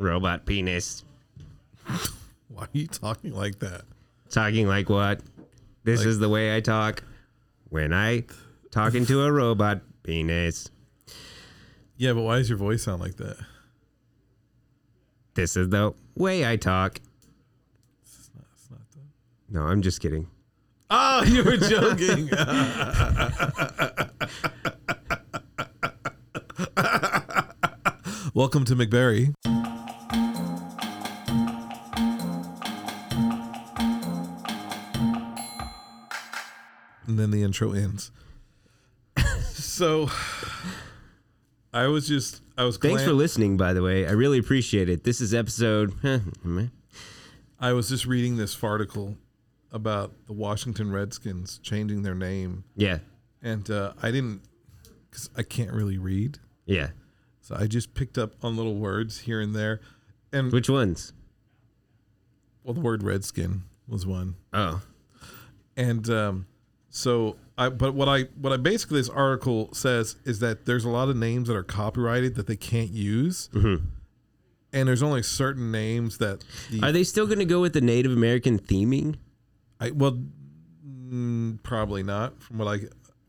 Robot penis. Why are you talking like that? Talking like what? This is the way I talk when I talking to a robot penis. Yeah, but why does your voice sound like that? This is the way I talk. It's not, it's not that. No, I'm just kidding. Oh, you were joking. Welcome to McBerry. And then the intro ends. so I was just I was Thanks for glan- listening, by the way. I really appreciate it. This is episode. I was just reading this article about the Washington Redskins changing their name yeah, and uh, I didn't cuz I can't really read. yeah. So I just picked up on little words here and there. And Which ones? well, the word redskin was one. Oh, And um, so I but what I what I basically this article says is that there's a lot of names that are copyrighted that they can't use. And there's only certain names that the, are they still going to go with the Native American theming? I well mm, probably not from what I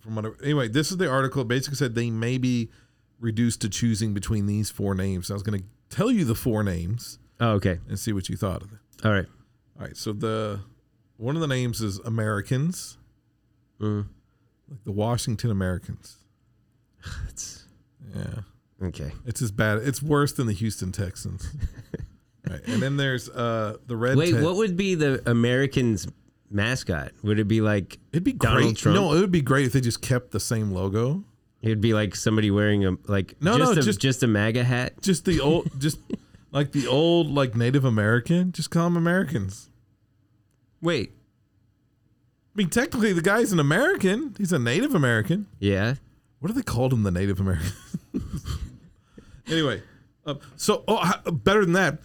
from what I, anyway this is the article basically said they may be reduced to choosing between these four names. I was going to tell you the four names Oh, okay. and see what you thought of it. All right. All right, so the one of the names is Americans, Mm. like the Washington Americans. That's Yeah, okay. it's as bad. It's worse than the Houston Texans. right, and then there's uh the red. Wait, Te- what would be the Americans' mascot? Would it be like It'd be Donald great. Trump? No, it would be great if they just kept the same logo. It'd be like somebody wearing a like No, just no, a, just- just, a MAGA hat. Just the old, just like the old, like Native American. Just call them Americans. Wait, I mean, technically, the guy's an American. He's a Native American. yeah, What do they call them, the Native Americans? anyway, uh, so oh, h- better than that,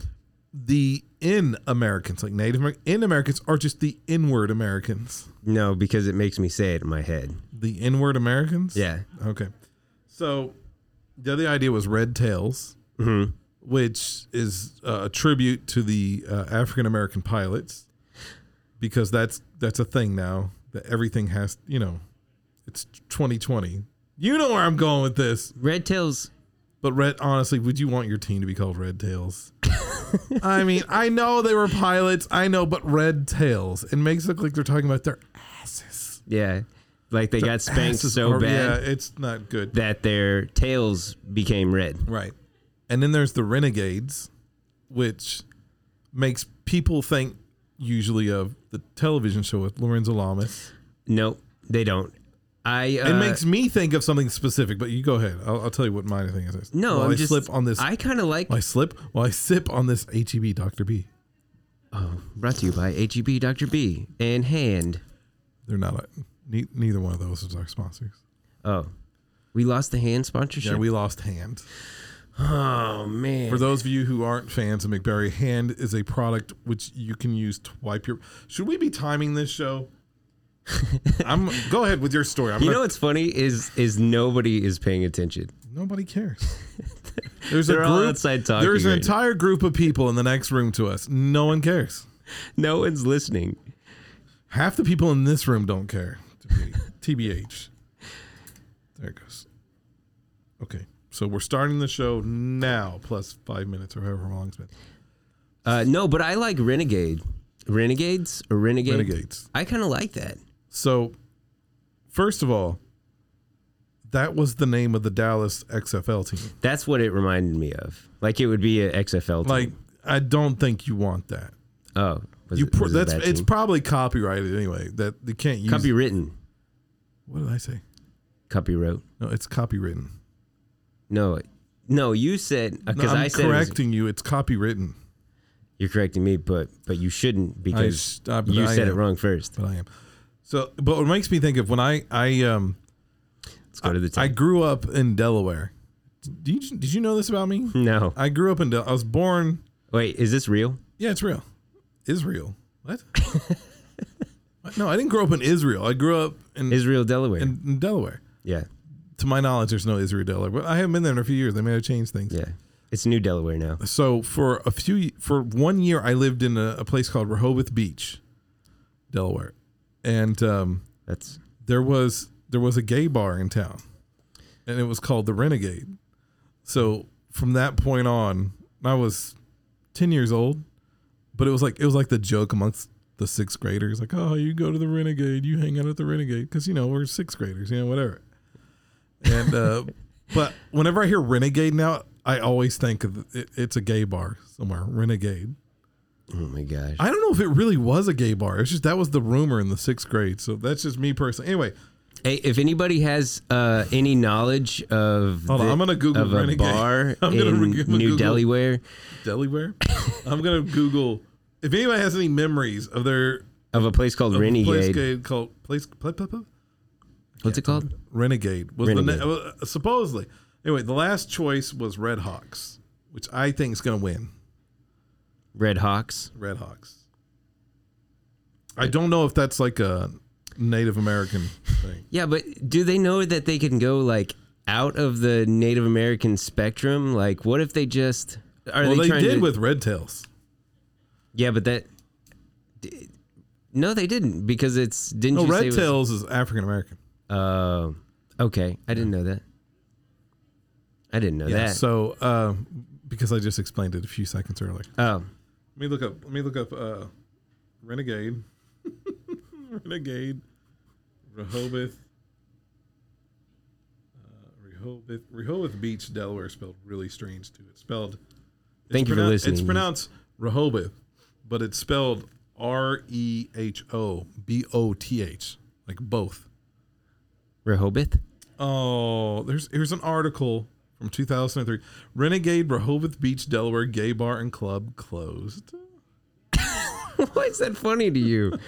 the in Americans, like Native Amer- in Americans, are just the inward Americans. no, because it makes me say it in my head. The inward Americans. Yeah, Okay. So the other idea was red tails, Mm-hmm. which is uh, a tribute to the uh, African American pilots, because that's that's a thing now that everything has. You know, it's 2020. You know where I'm going with this. Red Tails. But Red, honestly, would you want your team to be called Red Tails? I mean, I know they were pilots, I know, but Red Tails. It makes it look like they're talking about their asses. Yeah, like they got spanked Asses so are- bad Yeah, it's not good. that their tails became red. right. And then there's the Renegades, which makes people think usually of the television show with Lorenzo Lamas. No, they don't. I uh, It makes me think of something specific, but you go ahead. I'll, I'll tell you what mine thing is. no. while I'm I just slip on this. I kind of like while I slip. While I sip on this HEB, Doctor B. brought to you by HEB Dr. B and Hand. They're not. A, ne- neither one of those is our sponsors. Oh, we lost the hand sponsorship. Yeah, we lost Hand. oh man. For those of you who aren't fans of McBerry, Hand is a product which you can use to wipe your. Should we be timing this show? I'm. Go ahead with your story. I'm you gonna- know what's funny is is nobody is paying attention. nobody cares. There's a They're group. all outside talking there's an right now. entire group of people in the next room to us. No one cares. No one's listening. Half the people in this room don't care. to be- TBH. There it goes. Okay. So we're starting the show now, plus five minutes or however long it's been. Uh, no, but I like Renegade. Renegades or Renegade? Renegades. I kind of like that. So, first of all, that was the name of the Dallas XFL team. That's what it reminded me of. Like it would be a XFL team. Like, I don't think you want that. oh, was You it- pr- was it a that's bad it's team? probably copyrighted anyway. That you can't use. copywritten. what did I say? Copywrote. No, it's copywritten. No, no, you said No, because I'm Uh, I said it was- correcting you. It's copywritten, you're correcting me, but but you shouldn't because s- uh, but you I said it am. wrong first. but I am. So, but what makes me think of when I I um Let's go to the I time. grew up in Delaware. Did you did you know this about me? no, I grew up in. Del- I was born. wait, is this real? Yeah, it's real. Israel. What? no, I didn't grow up in Israel. I grew up in, Israel, Delaware. in, in Delaware. yeah, To my knowledge, there's no Israel Delaware. But I haven't been there in a few years. They may have changed things. yeah, it's New Delaware now. So for a few, for one year, I lived in a, a place called Rehoboth Beach, Delaware, and um, That's there was there was a gay bar in town, and it was called the Renegade. So from that point on, I was ten years old, but it was like it was like the joke amongst the sixth graders, like, "Oh, you go to the Renegade, you hang out at the Renegade," because you know we're sixth graders, you know, whatever. And uh, but whenever I hear Renegade now, I always think of it, it's a gay bar somewhere, Renegade. oh my gosh. I don't know if it really was a gay bar. It's just that was the rumor in the sixth grade. So that's just me personally. Anyway, Hey, if anybody has uh, any knowledge of Hold on, I'm gonna Google of a Renegade. bar I'm gonna in re- I'm gonna New Google- Delaware Delaware. I'm gonna Google if anybody has any memories of their of a place called of a place Renegade. gate called place pl- pl- pl- What's it called? Renegade was Renegade. the na- uh, supposedly anyway. The last choice was Red Hawks, which I think is gonna win. Red Hawks. Red Hawks. I don't know if that's like a Native American thing. Yeah, but do they know that they can go like out of the Native American spectrum? Like, what if they just are well, they, trying did to- with Red Tails. Yeah, but that. d- No, they didn't because it's didn't No, you say Oh, Red it was- Tails is African American. Oh, okay. I didn't know that. I didn't know Yeah. that. So, uh, because I just explained it a few seconds earlier. oh, Let me look up. Let me look up. Uh, Renegade. Renegade. Rehoboth. Uh, Rehoboth. Rehoboth Beach, Delaware, is spelled really strange too. It's spelled. it's Thank you for pronoun- listening. It's pronounced Rehoboth, but it's spelled R E H O B O T H, like both. Rehoboth. Oh, there's here's an article from 2003. Renegade Rehoboth Beach, Delaware, gay bar and club closed. Why is that funny to you?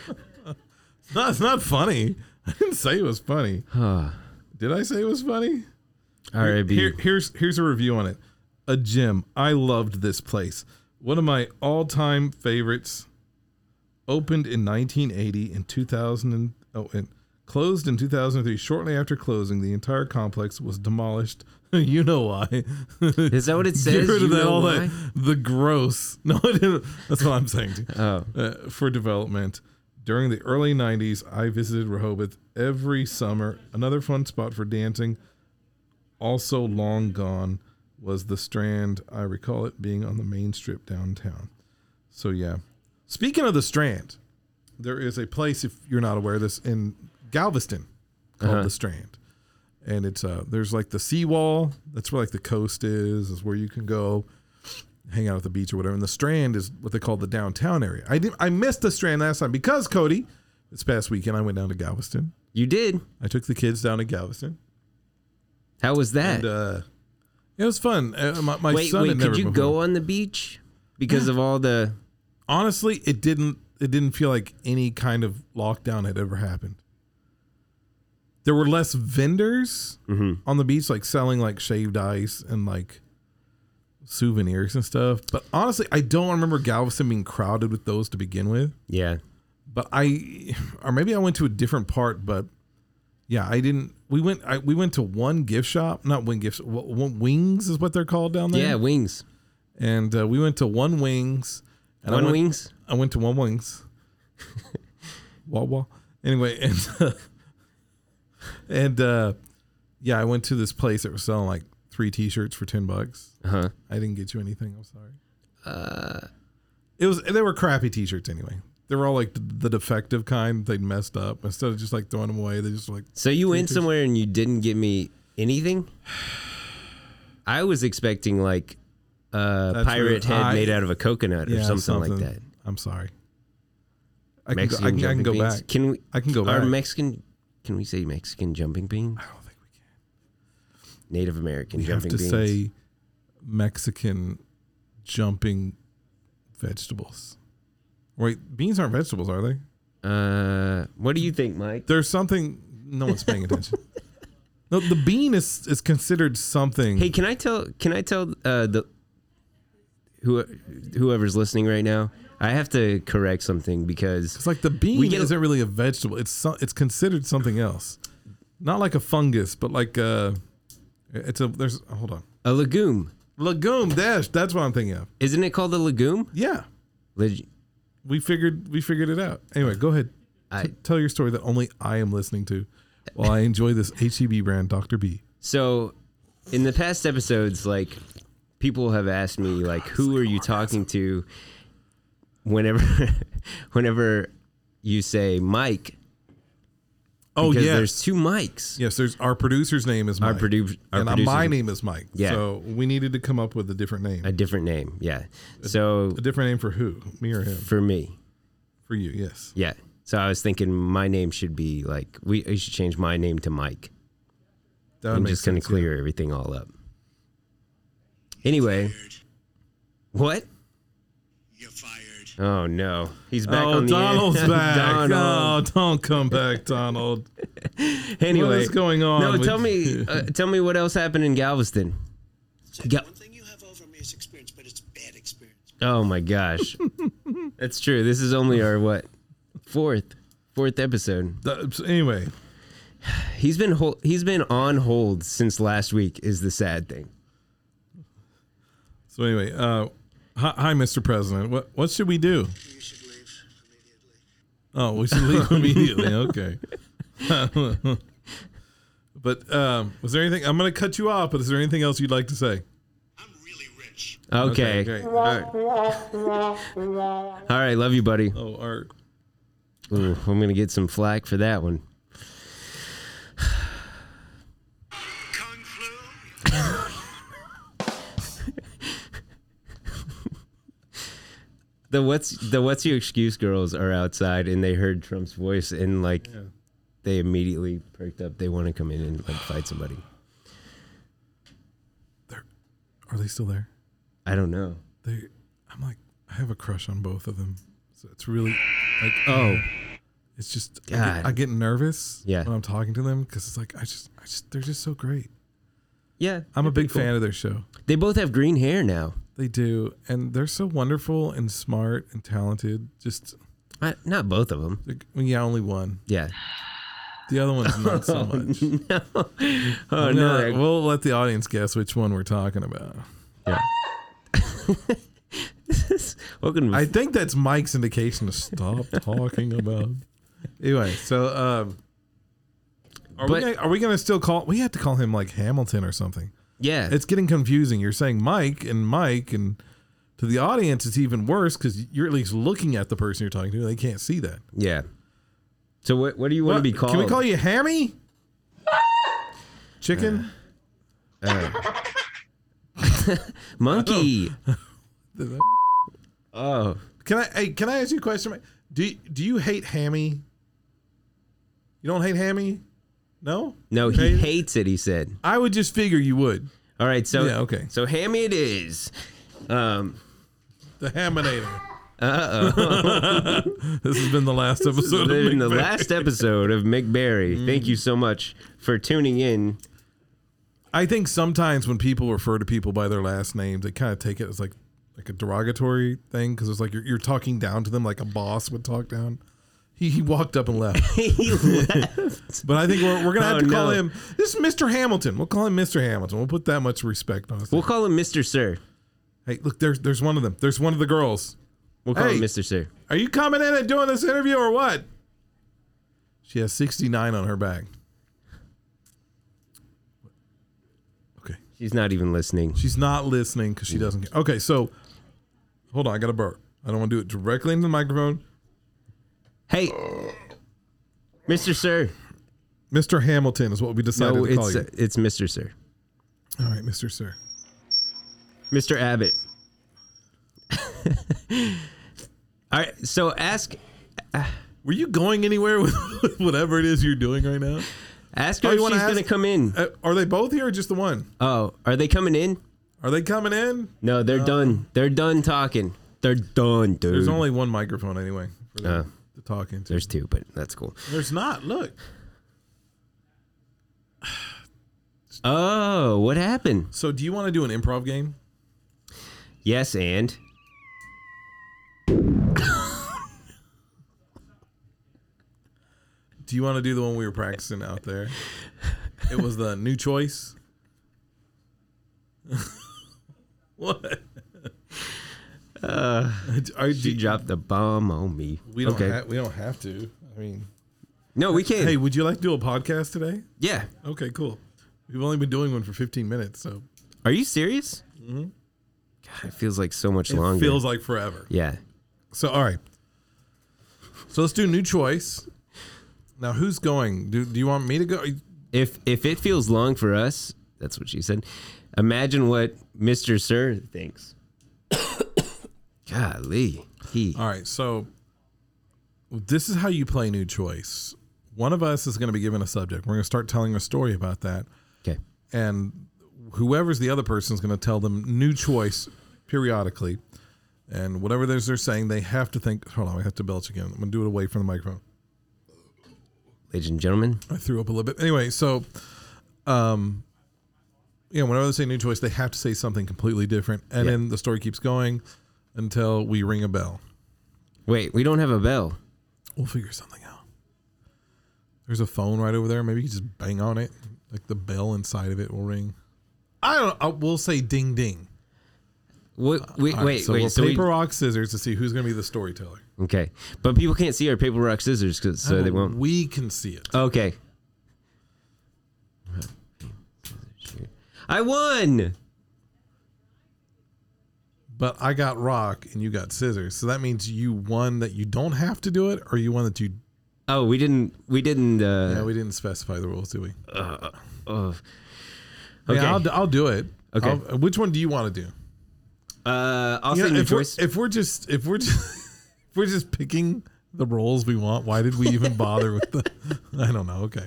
No, it's not funny. I didn't say it was funny. Huh. Did I say it was funny? R.I.B. Here, here's here's a review on it. A gym. I loved this place. One of my all-time favorites. Opened in 1980 and 2000 and, oh, and closed in 2003. Shortly after closing, the entire complex was demolished. you know why? Is that what it says? Get rid You of that know all why? that the gross. No, I didn't. That's what I'm saying. dude. Oh. Uh, for development during the early 90s, I visited Rehoboth every summer. Another fun spot for dancing, also long gone, was the Strand. I recall it being on the main strip downtown. So yeah. Speaking of the Strand, there is a place if you're not aware of this in Galveston called Uh-huh. the Strand. And it's uh there's like the seawall, that's where like the coast is, is where you can go hang out at the beach or whatever. And the Strand is what they call the downtown area. I did I missed the Strand last time because Cody, this past weekend I went down to Galveston. You did. I took the kids down to Galveston, How was that? and uh, it was fun. Uh, my my wait, son wait. had Could never you before. go on the beach because of all the? Honestly, it didn't. It didn't feel like any kind of lockdown had ever happened. There were less vendors on the beach, like selling like shaved ice and like souvenirs and stuff. But honestly, I don't remember Galveston being crowded with those to begin with. Yeah. but I or maybe I went to a different part, but yeah, I didn't. We went. I, we went to one gift shop, not one gift. shop, wh- wh- Wings is what they're called down there. Yeah. Wings. and uh, we went to one Wings. And I One went- wings. I went to one Wings. Wawa. Anyway, and and uh, yeah, I went to this place that was selling like three T-shirts for ten bucks. Uh-huh. I didn't get you anything. I'm sorry. Uh, it was they were crappy T-shirts anyway. They were all like the, the defective kind. They messed up. Instead of just like throwing them away, they just like So you went somewhere and you didn't get me anything? I was expecting like a That's pirate rude. head I- made out of a coconut or yeah, something, like that. I'm sorry. I can go, Mexican I can, I can jumping go beans. back. Can we? I can go Are back. Mexican? Can we say Mexican jumping beans? I don't think we can. Native American You have jumping to beans. say Mexican jumping vegetables. Wait, beans aren't vegetables, are they? uh, what do you think, Mike? There's something. No one's paying attention. No, the bean is is considered something. Hey, can I tell? Can I tell uh, the who whoever's listening right now? I have to correct something because It's like the We bean get- isn't really a vegetable. It's so, it's considered something else, not like a fungus, but like uh, it's a there's hold on a legume legume dash. That's what I'm thinking of. isn't it called a legume? Yeah, Leg- we figured we figured it out. Anyway, go ahead. I- T- tell your story that only I am listening to, while I enjoy this HEB brand, Doctor B. So, in the past episodes, like people have asked me, like, who are you talking to? Whenever, whenever you say Mike, Oh because yes, there's two mics. yes. There's our producer's name is Our Mike, produ- our and uh, producer's my name- name is Mike. Yeah. So we needed to come up with a different name, A different name, yeah. So a different name for who, me or him? for me, For you, yes. yeah. So I was thinking my name should be like we I should change my name to Mike. That would I'm make just gonna sense, yeah. clear everything all up. Anyway, what? You're fired. Oh no, he's back oh, on the air. Donald's back. Donald. Oh, don't come back, Donald. Anyway, What is going on No, with- tell me, uh, tell me what else happened in Galveston. So Yeah. One thing you have over me is experience, but it's bad experience. Oh my gosh, that's true. This is only our what fourth fourth episode. Th- so anyway, He's been hol- he's been on hold since last week. Is the sad thing. so anyway, uh, hi, hi, Mr. President. What what should we do? You should leave immediately. Oh, we should leave immediately. Okay. but um, was there anything? I'm going to cut you off. But is there anything else you'd like to say? I'm really rich. Okay. great. All right. All right, love you, buddy. Oh, our Ooh, I'm gonna get some flack for that one. Kung flu. The what's the what's your excuse girls are outside and they heard Trump's voice and like they immediately perked up. They want to come in and like fight somebody. are they still there? I don't know. They. I'm like, I have a crush on both of them. So it's really like, uh, Oh, it's just I God. get, I get nervous Yeah. when I'm talking to them because it's like I just, I just, they're just so great. yeah. I'm a they're pretty big cool. fan of their show. They both have green hair now. They do, and they're so wonderful and smart and talented. Just I, not both of them. like, well, yeah, only one. Yeah. The other one's not so much. Oh I'm no. not- we'll let the audience guess which one we're talking about. Welcome. To, I think that's Mike's indication to stop talking about. Anyway, so um, are But- we gonna, are we gonna still call? We had to call him like Hamilton or something. yeah. It's getting confusing. You're saying Mike and Mike, and to the audience, it's even worse because you're at least looking at the person you're talking to. They can't see that. yeah. So what what do you want to What? be called? Can we call you Hammy? Chicken? Monkey. oh. Can I? Hey, can I ask you a question? Mike? Do Do you hate Hammy? You don't hate Hammy? No. No, he Hey, hates it. He said. I would just figure you would. All right. So Yeah, okay. So hammy it is. Um. The Haminator. Uh oh. this has been the last episode. of In the Big Bang. last episode of McBarry, thank you so much for tuning in. I think sometimes when people refer to people by their last names, they kind of take it as like like a derogatory thing because it's like you're, you're talking down to them like a boss would talk down. He, he walked up and left. He left. But I think we're, we're gonna have Oh, to call no. him. This is Mr. Hamilton. We'll call him Mr. Hamilton. We'll put that much respect on his we'll name. call him Mr. Sir. Hey, look, there's there's one of them. There's one of the girls. We'll call him Hey. Mr. Sir. Are you coming in and doing this interview or what? She has 69 on her back. Okay, She's not even listening. She's not listening because Mm-hmm. she doesn't. Care. Okay, so hold on. I got to burp. I don't want to do it directly into the microphone. Hey, Mr. Sir. Mr. Hamilton is what we decided No, to call it's you. it's Mr. Sir. All right, Mr. Sir. Mr. Abbott. All right, so ask Were you going anywhere with whatever it is you're doing right now? ask Oh, her you if she's wanna going to ask- come in. Uh, are they both here or just the one? Oh, are they coming in? Are they coming in? No, they're done. They're done talking. They're done, dude. There's only one microphone anyway for them Uh. to talk into. There's two, but that's cool. There's not. Look. Oh, what happened? So, do you want to do an improv game? Yes, and Do you want to do the one we were practicing out there? It was the new choice. what? Are Uh, she you- dropped the bomb on me. we don't okay. ha- we don't have to. I mean, no, we can't. hey, would you like to do a podcast today? yeah. Okay, cool. We've only been doing one for 15 minutes, so Are you serious? Mm-hmm. God, it feels like so much it longer. feels like forever. yeah. So, all right. So let's do new choice. Now, who's going? Do, do you want me to go? If if it feels long for us, that's what she said. Imagine what Mr. Sir thinks. Golly. He All right, so this is how you play New Choice. One of us is going to be given a subject. We're going to start telling a story about that, Okay. and whoever's the other person is going to tell them New Choice periodically. And whatever it is they're saying, they have to think. Hold on, I have to belch again. I'm going to do it away from the microphone. Ladies and gentlemen. I threw up a little bit. Anyway, so, um, you know, whenever they say New Choice, they have to say something completely different, and Yeah. then the story keeps going until we ring a bell. Wait, we don't have a bell. We'll figure something out. There's a phone right over there. Maybe you just bang on it. Like the bell inside of it will ring. I don't. I, we'll say ding ding. What, wait, All right, wait, Uh, so wait. We'll so we- paper rock scissors to see who's going to be the storyteller. okay, but people can't see our paper rock scissors, 'cause- so Oh. they won't. We can see it. Okay. I won. But I got rock and you got scissors. So that means you won that you don't have to do it, or you won that you. Oh, we didn't. We didn't. Uh, No, we didn't specify the rules, did we? oh. Okay. Okay. I'll, d- I'll do it. Okay. I'll- which one do you want to do? uh, I'll You say know, new if, we're, choice. if we're just if we're just if we're just picking the roles we want, why did we even bother with the? I don't know. Okay.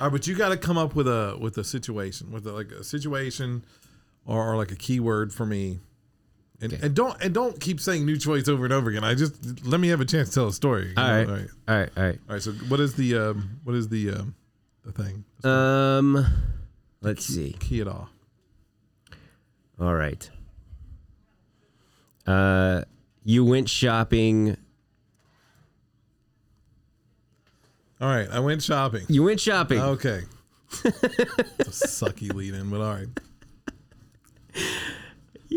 All right, but you got to come up with a with a situation with a, like a situation or, or like a keyword for me. And, Okay. and don't and don't keep saying new choice over and over again. I just let me have a chance to tell a story. you all know? right. All All right. right. All right. All right, So what is the um, what is the um, the thing? Um, let's see. Key it off. All right. Uh, you went shopping. All right. I went shopping. You went shopping. Okay. it's a sucky lead in, but all right.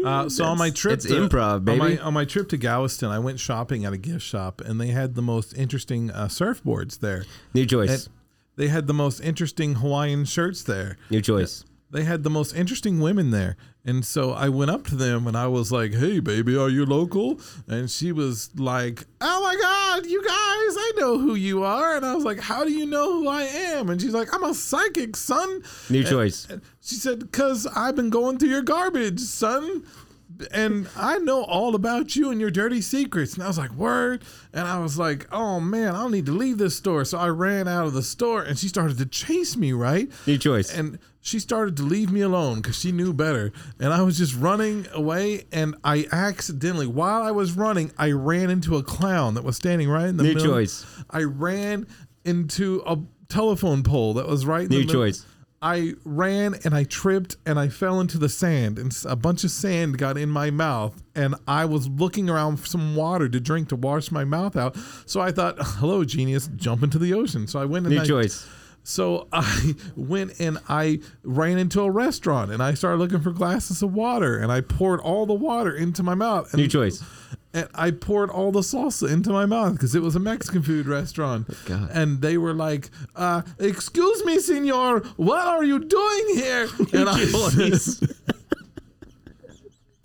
uh, so on my that's- trip, it's to, improv, On my, baby. on my trip to Galveston, I went shopping at a gift shop, and they had the most interesting uh, surfboards there. New choice. And they had the most interesting Hawaiian shirts there. new choice. They had the most interesting women there. And so I went up to them and I was like, hey, baby, are you local? And she was like, oh my God, you guys, I know who you are. And I was like, how do you know who I am? And she's like, I'm a psychic, son. New choice. She said, because I've been going through your garbage, son. And I know all about you and your dirty secrets. And I was like, word. And I was like, oh man, I'll need to leave this store. So I ran out of the store and she started to chase me, right? New choice. And she started to leave me alone because she knew better. And I was just running away. And I accidentally, while I was running, I ran into a clown that was standing right in the New middle. choice. I ran into a telephone pole that was right in the New middle. choice. I ran and I tripped and I fell into the sand and s- a bunch of sand got in my mouth and I was looking around for some water to drink to wash my mouth out. So I thought, "Hello, genius, jump into the ocean." So I went and New I, choice. so I went and I ran into a restaurant and I started looking for glasses of water and I poured all the water into my mouth. And New choice. and I poured all the salsa into my mouth because it was a Mexican food restaurant. God. And they were like, uh, "Excuse me, senor, what are you doing here?" And I Please.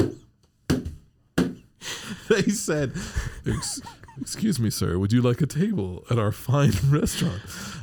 they said, "Ex- "Excuse me, sir, would you like a table at our fine restaurant?"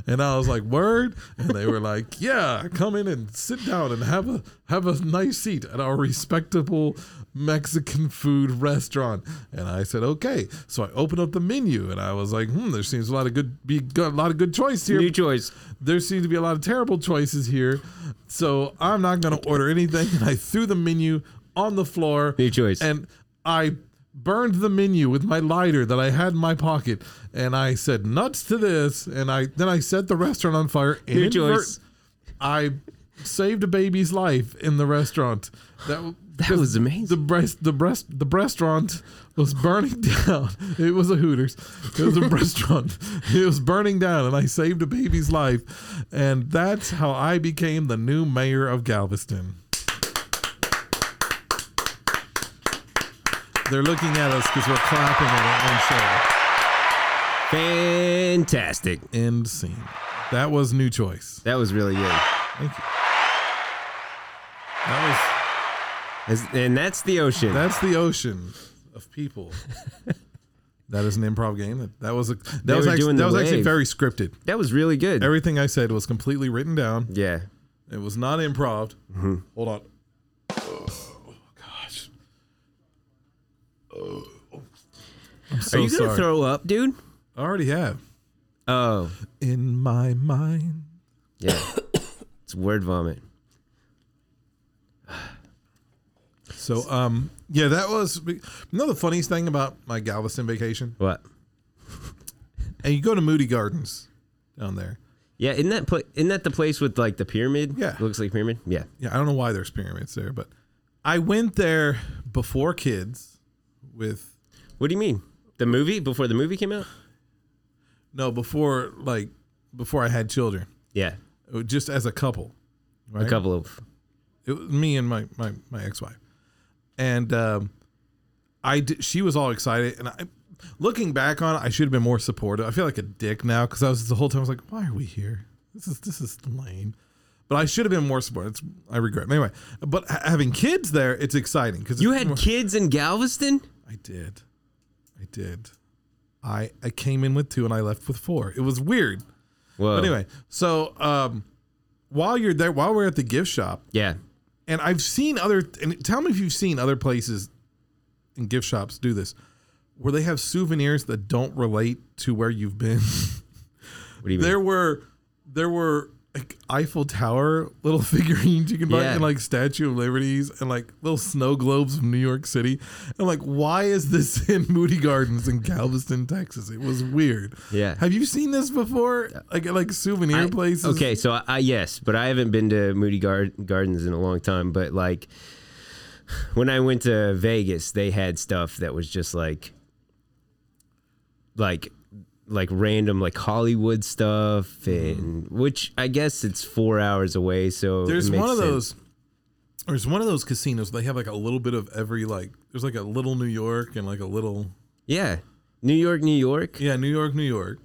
And I was like, "Word!" And they were like, "Yeah, come in and sit down and have a have a nice seat at our respectable Mexican food restaurant." And I said, "Okay." So I opened up the menu and I was like, "Hmm, there seems a lot of good be a lot of good choice here." New choice. there seem to be a lot of terrible choices here, so I'm not going to order anything. And I threw the menu on the floor. New choice. And I burned the menu with my lighter that I had in my pocket, and I said nuts to this. And I then I set the restaurant on fire. New inadvert- choice. I saved a baby's life in the restaurant. That w- That was amazing. the breast, the breast, the restaurant was burning down. It was a Hooters. It was a restaurant. It was burning down, and I saved a baby's life. And that's how I became the new mayor of Galveston. They're looking at us because we're clapping at Fantastic. it on show. End scene. That was new choice. That was really good. Thank you. That As- And that's the ocean. was that's the ocean of people. that is an improv game. That, that was a that They was were actually, doing that the was actually wave. very scripted. that was really good. Everything I said was completely written down. yeah. It was not improv. Mm-hmm. Hold on. Oh gosh. Oh. I'm so Are you gonna sorry. throw up, dude? I already have. Oh, In my mind. yeah. it's word vomit. So um yeah, that was you know the funniest thing about my Galveston vacation? What? And you go to Moody Gardens down there. Yeah, isn't that pla- isn't that the place with like the pyramid? Yeah. looks like pyramid. Yeah, Yeah, I don't know why there's pyramids there, but I went there before kids with What do you mean? The movie before the movie came out? no, before like before I had children. Yeah, Just as a couple. a Right? couple of. it was me and my my, my ex-wife and um i did, she was all excited and i looking back on it i should have been more supportive i feel like a dick now because i was the whole time i was like why are we here this is this is lame but i should have been more supportive it's, i regret anyway but ha- having kids there it's exciting because You had kids in Galveston? i did i did i i came in with two and i left with four it was weird Whoa. but anyway so um while you're there while we're at the gift shop Yeah. and I've seen other. And tell me if you've seen other places in gift shops do this, where they have souvenirs that don't relate to where you've been. What do you mean? there were, there were like Eiffel Tower little figurines you can buy, Yeah. and like Statue of Liberties, and like little snow globes from New York City. And like, why is this in Moody Gardens in Galveston, Texas? It was weird. Yeah. Have you seen this before? Like at like souvenir I- places. Okay, so I, I yes, but I haven't been to Moody Gar- Gardens in a long time. But like, when I went to Vegas, they had stuff that was just like, like, like random like Hollywood Hmm. stuff, and which I guess it's four hours away. So it There's makes one of sense. those. There's one of those casinos. They have like a little bit of every like. There's like a little New York and like a little Yeah, New York, New York, yeah New York, New York.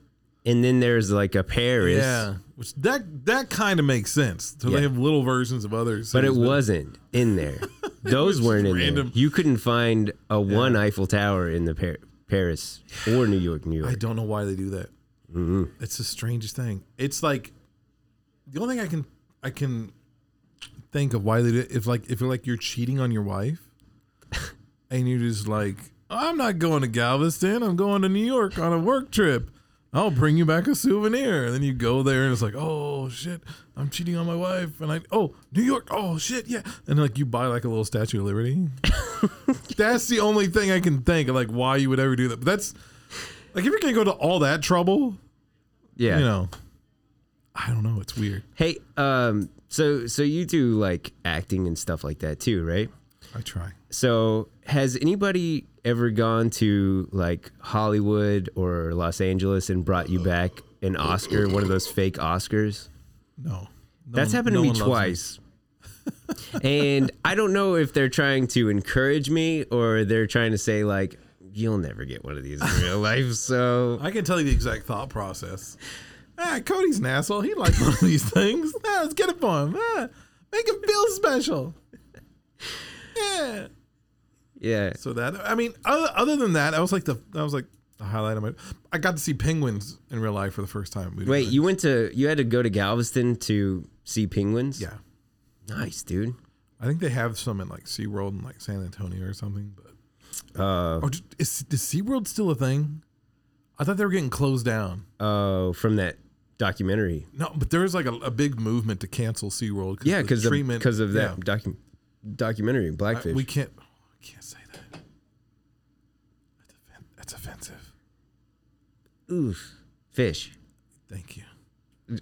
and then there's like a Paris. Yeah, which that that kind of makes sense. So Yeah. they have little versions of others. But it wasn't in there. Those was weren't in random. there. You couldn't find a one Eiffel Tower in the Par- Paris or New York, New I York. don't know why they do that. It's the strangest thing. It's like the only thing I can I can think of why they do it, if like if you're like you're cheating on your wife and you're just like I'm not going to Galveston. I'm going to New York on a work trip. I'll bring you back a souvenir. And then you go there and it's like, oh shit, I'm cheating on my wife. And I oh New York. Oh shit, yeah. And like you buy like a little Statue of Liberty. that's the only thing I can think of, like why you would ever do that. But that's like if you're gonna go to all that trouble, Yeah. you know, I don't know. It's weird. Hey, um, so so you do like acting and stuff like that too, right? I try. So has anybody ever gone to like Hollywood or Los Angeles and brought you back an Oscar, one of those fake Oscars? No, No That's one- happened to no me one loves twice. and I don't know if they're trying to encourage me or they're trying to say like you'll never get one of these in real life. So I can tell you the exact thought process. Ah, Cody's an asshole. He likes one of these things. Ah, let's get it for him. Ah, make him feel special. Yeah. yeah, So that I mean, other, other than that, I was like the that was like the highlight of my. I got to see penguins in real life for the first time. We did wait, that. you went to you had to go to Galveston to see penguins. Yeah, nice, dude. I think they have some in like SeaWorld and like San Antonio or something. But uh, oh, just- is, is SeaWorld still a thing? I thought they were getting closed down. Oh, from that documentary. No, but there was like a, a big movement to cancel SeaWorld. Yeah, because the treatment because of, yeah. that docu- documentary Blackfish. I- we can't. oh, I can't say that. That's offen- That's offensive. Oof, fish Thank you.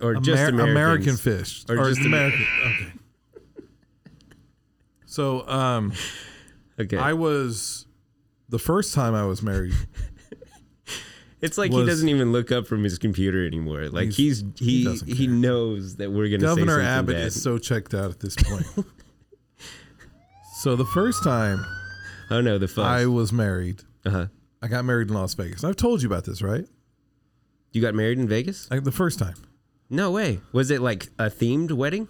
or just Amer- Americans. American fish Or just American. okay. So, um, Okay, I was the first time I was married. it's like was- he doesn't even look up from his computer anymore. Like He's- he's, he he doesn't he, care. knows that we're gonna say Governor something Abbott bad. is so checked out at this point. so the first time oh no, the fuss. I was married, uh huh. I got married in Las Vegas. I've told you about this, right? You got married in Vegas? Like the first time. No way. Was it like a themed wedding?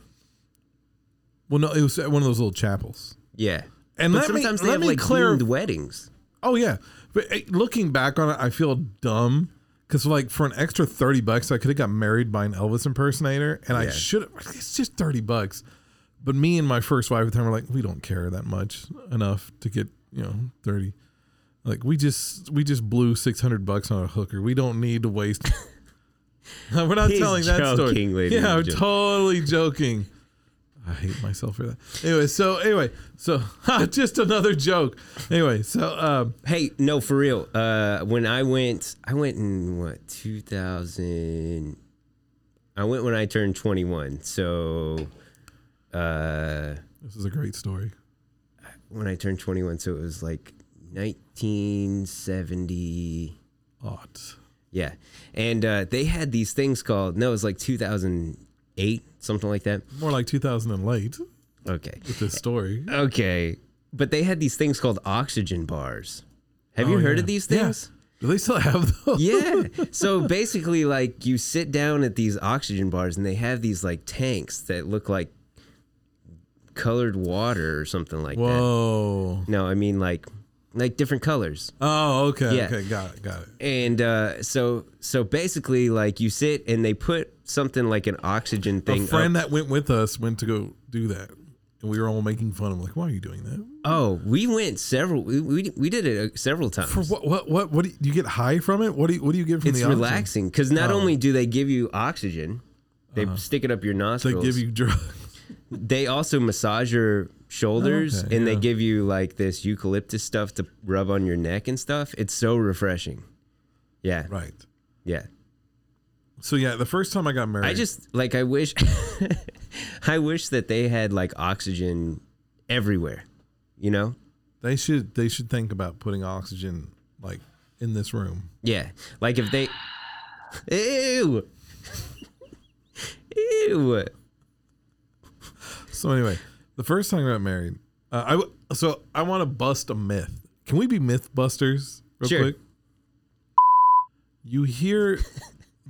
Well, no, it was at one of those little chapels. Yeah. And but let me- sometimes let they have me like clar- themed weddings. Oh yeah, but eh, looking back on it, I feel dumb because like for an extra thirty bucks, I could have got married by an Elvis impersonator, and I Yeah. should. It's just thirty bucks, but me and my first wife at the time were like, we don't care that much enough to get you know thirty. Like we just we just blew six hundred bucks on a hooker. We don't need to waste. we're not He's telling that story. joking, ladies yeah, and I'm gentlemen. totally joking. I hate myself for that. Anyway, so anyway, so just another joke. Anyway, so um, Hey, no, for real. Uh, when I went, I went in what 2000. I went when I turned 21. So, uh, This is a great story. when I turned 21, so it was like 1970. Ought. Yeah. And uh, they had these things called, no, it was like 2008, something like that. More like 2000 and late Okay. with this story. Okay. But they had these things called oxygen bars. Have you Oh, heard yeah. of these Yeah. things? Do they still have those? yeah. So basically, like you sit down at these oxygen bars, and they have these like tanks that look like colored water or something like Whoa. that. No, I mean like like different colors. Oh, okay. Yeah. Okay. Got it. Got it. And uh, so so basically, like you sit and they put something like an oxygen thing. A friend up. that went with us went to go do that. And we were all making fun of him. Like, why are you doing that? Oh, we went several. We we, we did it uh, several times. For what? What? What? What? Do you, you get high from it? What do you, What do you get from It's the oxygen? Oh. relaxing because not only do they give you oxygen, they stick it up your Uh-huh. They nostrils. give you drugs. they also massage your shoulders Okay, and they yeah. give you like this eucalyptus stuff to rub on your neck and stuff. It's so refreshing. Yeah. Right. Yeah. So yeah, the first time I got married, I just like I wish I wish that they had like oxygen everywhere. You know? they should they should think about putting oxygen like in this room. Yeah. Like if they Ew. Ew. So anyway, the first time I got married, uh, I w- so I want to bust a myth. Can we be myth busters real Sure. quick? You hear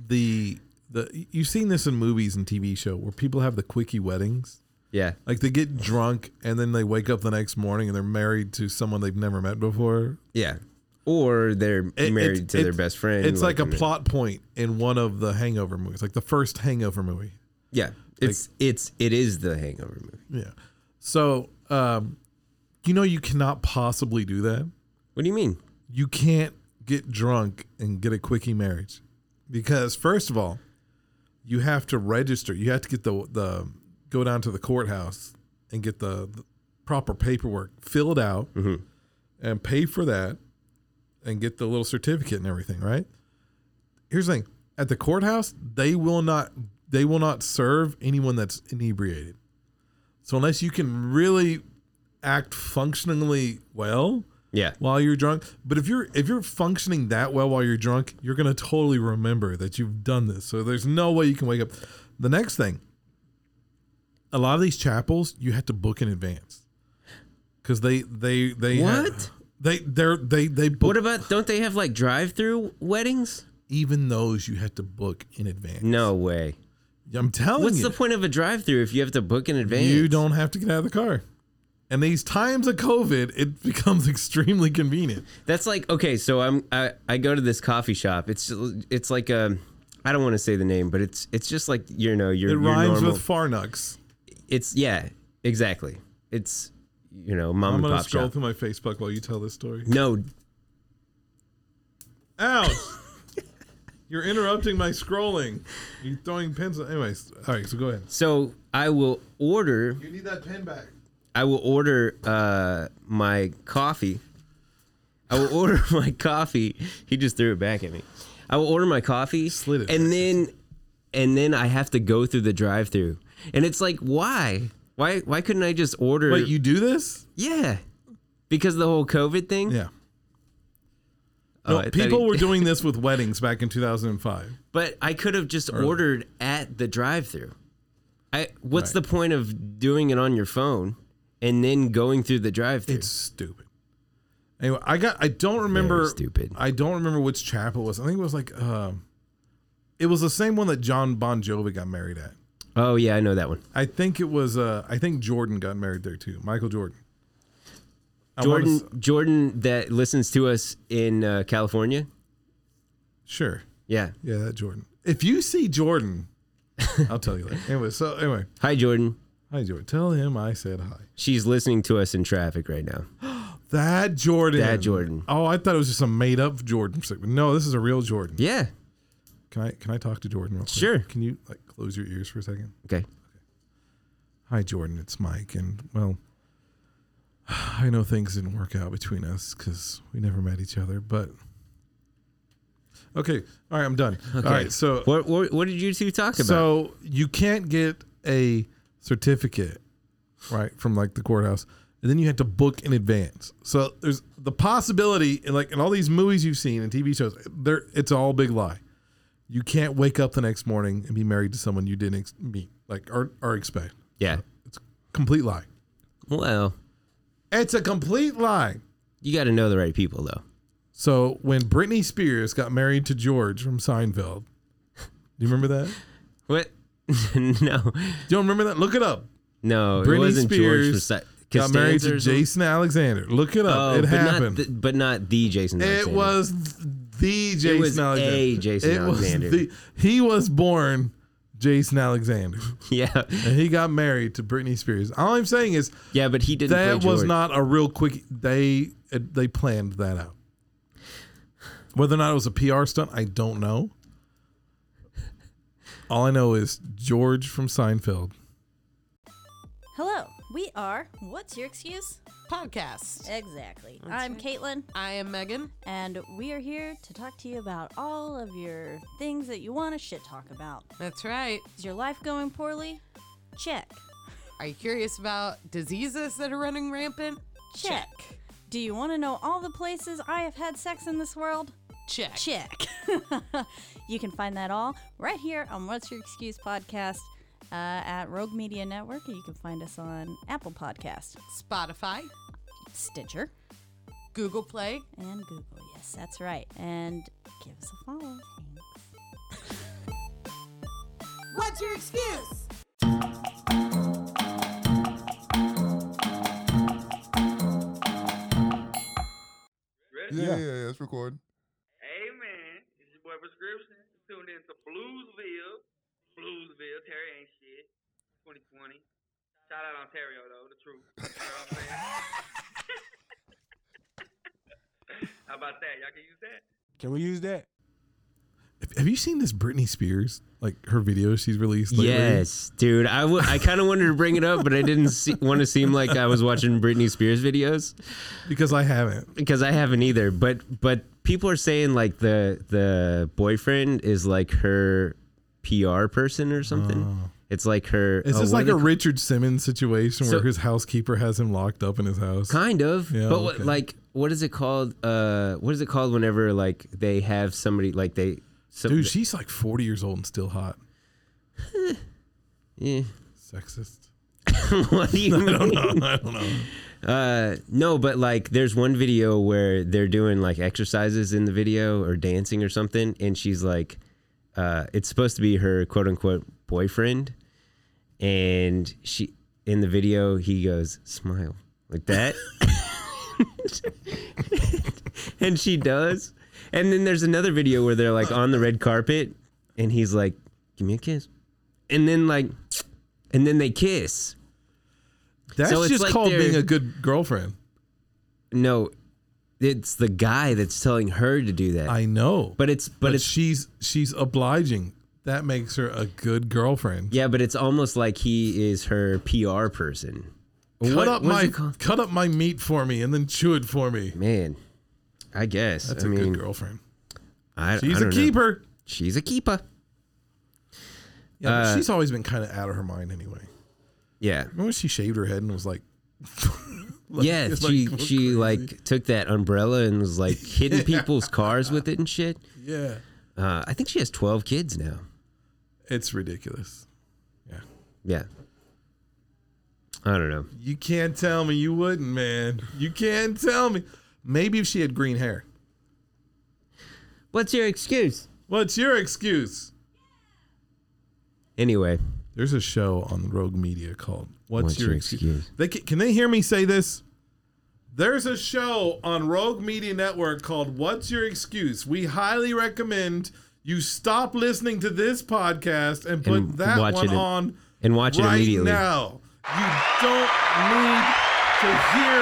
the the you've seen this in movies and TV show where people have the quickie weddings. Yeah. Like they get drunk and then they wake up the next morning and they're married to someone they've never met before. Yeah. Or they're It- married it- to their it- best friend. It's like, in a plot point in one of the Hangover movies, like the first Hangover movie. Yeah. It's it's it is the hangover movie. Yeah. So, um, you know, you cannot possibly do that. What do you mean? you can't get drunk and get a quickie marriage because first of all you have to register you have to get the the go down to the courthouse and get the, the proper paperwork filled out and pay for that and get the little certificate and everything right here's the thing at the courthouse they will not they will not serve anyone that's inebriated so unless you can really act functionally well Yeah. while you're drunk. But if you're if you're functioning that well while you're drunk, you're gonna totally remember that you've done this. So there's no way you can wake up. The next thing, a lot of these chapels you had to book in advance because they they they had- What? They they're they they book What about don't they have like drive-through weddings? even those you have to book in advance. No way. I'm telling What's you, the point of a drive-through if you have to book in advance? you don't have to get out of the car. And these times of COVID, it becomes extremely convenient. That's like okay, so I'm I, I go to this coffee shop. It's it's like um I don't want to say the name, but it's it's just like you know your, It your rhymes normal. with Farnux. it's yeah, exactly. It's you know mom I'm and gonna pop scroll shop. through my Facebook while you tell this story. No, Ouch! You're interrupting my scrolling. You're throwing pins. Anyways, all right. So go ahead. so I will order You need that pin back. I will order uh my coffee. I will order my coffee. He just threw it back at me. I will order my coffee Slid it and back. then and then I have to go through the drive-through. And it's like why? Why why couldn't I just order Wait, you do this? Yeah. Because of the whole COVID thing? Yeah. Oh, No, I thought people he- were doing this with weddings back in 2005. But I could have just ordered at the drive-through. I what's Right. the point of doing it on your phone and then going through the drive-through? It's stupid. Anyway, I got. I don't remember. stupid. I don't remember which chapel it was. I think it was like. Um, it was the same one that John Bon Jovi got married at. oh yeah, I know that one. I think it was. Uh, I think Jordan got married there too. Michael Jordan. I wanna Jordan s- Jordan that listens to us in uh, California. sure. Yeah. Yeah, that Jordan. If you see Jordan, I'll tell you later. Anyway, so anyway, Hi Jordan. hi Jordan. Tell him I said hi. She's listening to us in traffic right now. That Jordan. That Jordan. Oh, I thought it was just some made up Jordan. No, this is a real Jordan. Yeah. Can I can I talk to Jordan real quick? Sure. Can you like close your ears for a second? Okay. Hi, Jordan. It's Mike, and well, I know things didn't work out between us because we never met each other. But okay, all right, I'm done. All right, so What, what what did you two talk about? so you can't get a certificate, right, from like the courthouse, and then you have to book in advance. So there's the possibility, and like in all these movies you've seen and TV shows, there it's all big lie. You can't wake up the next morning and be married to someone you didn't ex- meet, like or, or expect. yeah. It's a complete lie. Well, It's a complete lie. you got to know the right people though. So when Britney Spears got married to George from Seinfeld, do you remember that? What? no. Do you remember that? Look it up. No, it Britney wasn't George Spears Versa- got married Costanza to or something? Jason Alexander. Look it up. Oh, it but happened. Not the, but not the Jason. it Alexander. was the Jason was a Alexander. Jason It was Alexander. the- he was born Jason Alexander, Yeah, and he got married to Britney Spears. All I'm saying is yeah, but he didn't. that play was George. not a real quick. They uh, they planned that out. Whether or not it was a PR stunt, I don't know. All I know is George from Seinfeld. Hello, we are What's Your Excuse? podcast. Exactly. I'm Caitlin, I am Megan. and we are here to talk to you about all of your things that you want to shit talk about. That's right. Is your life going poorly? Check. Are you curious about diseases that are running rampant? Check. Do you want to know all the places I have had sex in this world? Check. Check. you can find that all right here on What's Your Excuse podcast uh, at Rogue Media Network. You can find us on Apple Podcast, Spotify, Stitcher, Google Play. and Google. Yes, that's right. And give us a follow. Thanks. What's your excuse? Yeah, yeah, yeah, it's recording. Hey man, it's your boy Prescription. Tune in to Bluesville. Bluesville, Terry ain't shit. 2020. Shout out Ontario though, the truth. You know what I'm saying? How about that? Y'all can use that? Can we use that? Have- Have you seen this Britney Spears like her videos she's released? Lately? Yes, dude. I, w- I kind of wanted to bring it up, but I didn't see- want to seem like I was watching Britney Spears videos because I haven't. because I haven't either. But but people are saying like the the boyfriend is like her PR person or something. It's like her. Oh. Is oh, this what like are a they- Richard Simmons situation So- where his housekeeper has him locked up in his house? Kind of. Yeah, but what, okay. like, what is it called? Uh, what is it called whenever like they have somebody like they. Some, Dude, she's like 40 years old and still hot. Yeah. Sexist. what do you mean? I don't know. I don't know. Uh, no, but like there's one video where they're doing like exercises in the video or dancing or something, and she's like, uh, it's supposed to be her quote unquote boyfriend, and she in the video he goes smile like that, and she does, and then there's another video where they're like on the red carpet, and he's like, give me a kiss, and then like, and then they kiss. That's So it's just like called they're- being a good girlfriend. No, it's the guy that's telling her to do that. I know, but it's but, but it's she's she's obliging. That makes her a good girlfriend. yeah, but it's almost like he is her PR person. cut What- up what is my it called? cut up my meat for me and then chew it for me. man. I guess. That's I a mean, good girlfriend. I, I She's a don't know. keeper. She's a keeper. Yeah, but Uh, she's always been kind of out of her mind anyway. Yeah. Remember when she shaved her head and was like, yeah, it's she like- she like took that umbrella and was like hitting people's cars with it and shit. yeah, Uh, I think she has twelve kids now. it's ridiculous. Yeah, Yeah. I don't know. you can't tell me you wouldn't, man. You can't tell me. Maybe if she had green hair. What's your excuse? What's your excuse? Anyway, There's a show on Rogue Media called "What's, Your, Excuse." Excuse? They can, can they hear me say this? There's a show on Rogue Media Network called "What's Your Excuse." We highly recommend you stop listening to this podcast and put And that watch one it im- on and watch it right immediately. now. You don't need to hear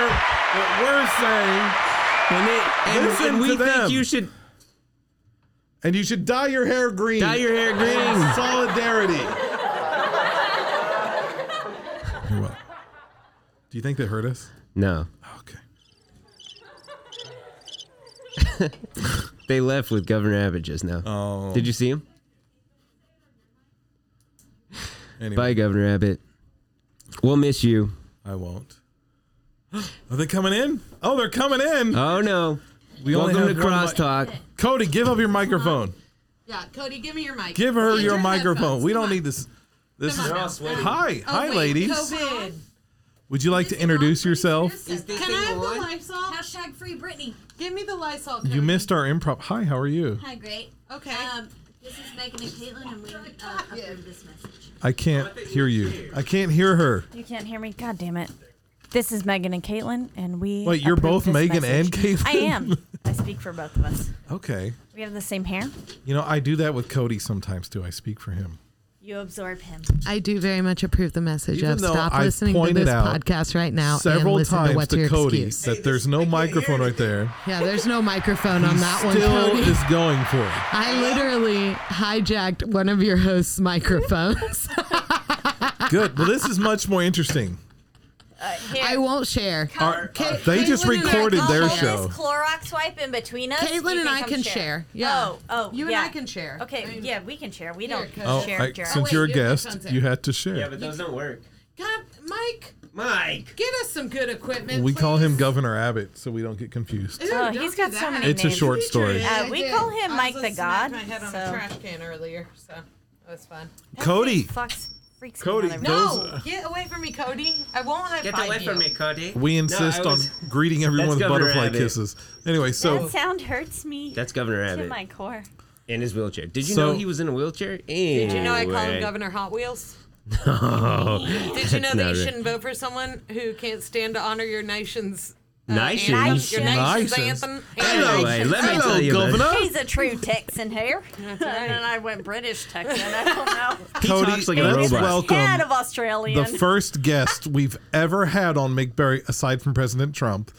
what we're saying, And, it, and, Listen and we to think them. you should and you should dye your hair green. dye your hair in green. solidarity. You're welcome. Do you think they heard us? No, Okay. they left with Governor Abbott just now. Oh. Did you see him? Anyway, Bye, Governor Abbott. We'll miss you. I won't. Are they coming in? Oh, they're coming in. Oh no. we only Welcome to have one mic. Crosstalk. Cody, give up your microphone. Yeah, Cody, give me your mic. Give her And your headphones. microphone. We Come don't on. need this. This Come is on. hi, Oh, hi, wait, ladies. COVID. Would you like to introduce yourself? Can I have the Lysol? Hashtag free Britney. Give me the Lysol. You missed our improv. Hi, how are you? Hi, great. Okay. Um, this is Megan and Caitlin, and we uh, approve this message. I can't hear you. I can't hear her. You can't hear me. God damn it. This is Megan and Caitlin, and we. Wait, you're approve both this Megan and message. Caitlin? I am. I speak for both of us. Okay. We have the same hair. You know, I do that with Cody sometimes too. I speak for him. You absorb him. I do very much approve the message Even of though stop I've listening to pointed this out podcast right Several times to Cody that there's no microphone right there. Yeah, there's no microphone He still is going for it. I literally hijacked one of your host's microphones. Good. Well, this is much more interesting. I won't share. Our- they just recorded their show. Clorox wipe in between us. Caitlin You and I come can share. Yeah. Oh, oh, You and yeah. I can share. Okay, I mean- yeah, we can share. We Here, don't Cody. Oh, share. I- germs. since wait, you're a your guest, microphone's in. you had to share. but those don't work. God, Mike, Mike. get us some good equipment. we call him please. Governor Abbott so we don't get confused. Ew, Oh, don't he's got do so that. many It's a names. short story. Uh, we call him I Mike was the listening to God, My head on so- a trash can earlier, so that was fun. Cody, Fox freaks Cody, me out every- go- No, Those- get away from me, Cody. I won't high five you. Cody. we insist No, I on was- greeting everyone That's with Governor butterfly Abbott. kisses. Anyway, so That sound hurts me That's Governor to Abbott my core. in his wheelchair. Did you So- know he was in a wheelchair? Did you know I call him Anyway. Governor Hot Wheels? Did That's you know not that you right. shouldn't vote for someone who can't stand to honor your nation's uh, Nice. anthem, shoes. your Nice. nation's Nice. anthem? Anyway, let me Hello, tell you about it. Governor. He's a true Texan here. And then I went British Texan. I don't know. He Cody, talks like a let's robot. Head of welcome Australian. the first guest we've ever had on McBurry, aside from President Trump,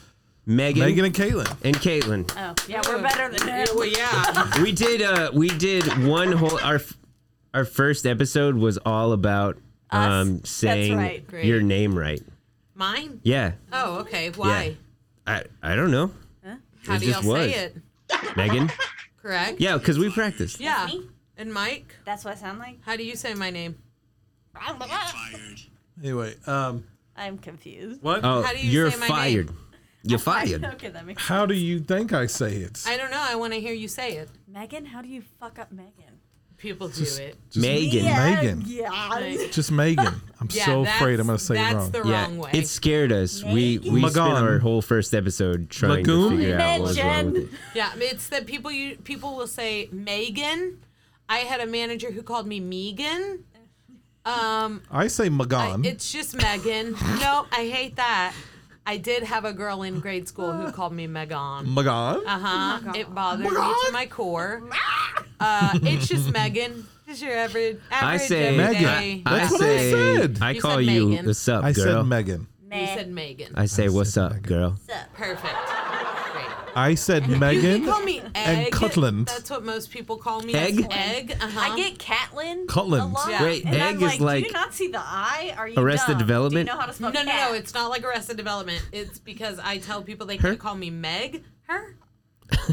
Megan, Megan and Caitlin. and Caitlin. oh, yeah, we're better than him. Well, yeah. we did uh we did one whole our f- our first episode was all about um saying right. Great. your name right Mine? yeah Oh, okay. Why? i i don't know How It do just y'all say was. it? megan Correct? yeah because we practiced Yeah. me? And Mike, That's what I sound like. how do you say my name? Fired. Anyway, um, I'm confused. what? oh How do you you're say my fired you're fired Okay, that makes How do you think I say it? I don't know. I want to hear you say it. Megan, how do you fuck up Megan? People do Just- it. just Megan. Yeah, Megan. Yeah. Just Megan. I'm Yeah, so afraid I'm that's- going to say it that's wrong. the wrong yeah, it scared us. We we spent Magan. our whole first episode trying Lagoon? to figure out what was wrong with it. Yeah, it's that people you people will say Megan. I had a manager who called me Megan. Um, I say I, Magan. it's just Megan. no, I hate that. I did have a girl in grade school who called me Megan. Magan? Uh huh. It bothered me to my core. Uh, it's just Megan. Just your average. I average say everyday- I, That's what I say, said. I You call said you Megan. what's up, I girl. said Megan. You said Megan. I say what's up, girl. Perfect. Great. I said You Megan can call me and Egg. Cutland. That's what most people call me. Egg? is Egg. Uh-huh. I get Catlin. Cutland. a lot, Wait, and egg I'm is like, do like you not see the eye? Are you Arrested dumb? Development? Do you know how to No, spell no, cat? no. It's not like Arrested Development. It's because I tell people they Her? can't call me Meg. Her.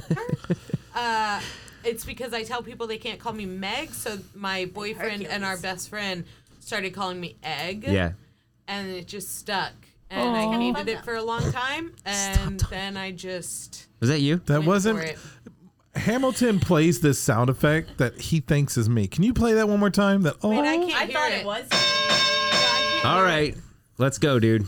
Her. uh, it's because I tell people they can't call me Meg. So my boyfriend and our best friend started calling me Egg. Yeah. And it just stuck. And Aw. I hated it for a long time. And then I just. Was that you? That for wasn't. it. Hamilton plays this sound effect that he thinks is me. Can you play that one more time? That oh, Wait, I can't hear thought it. it was. All right. Let's go, dude.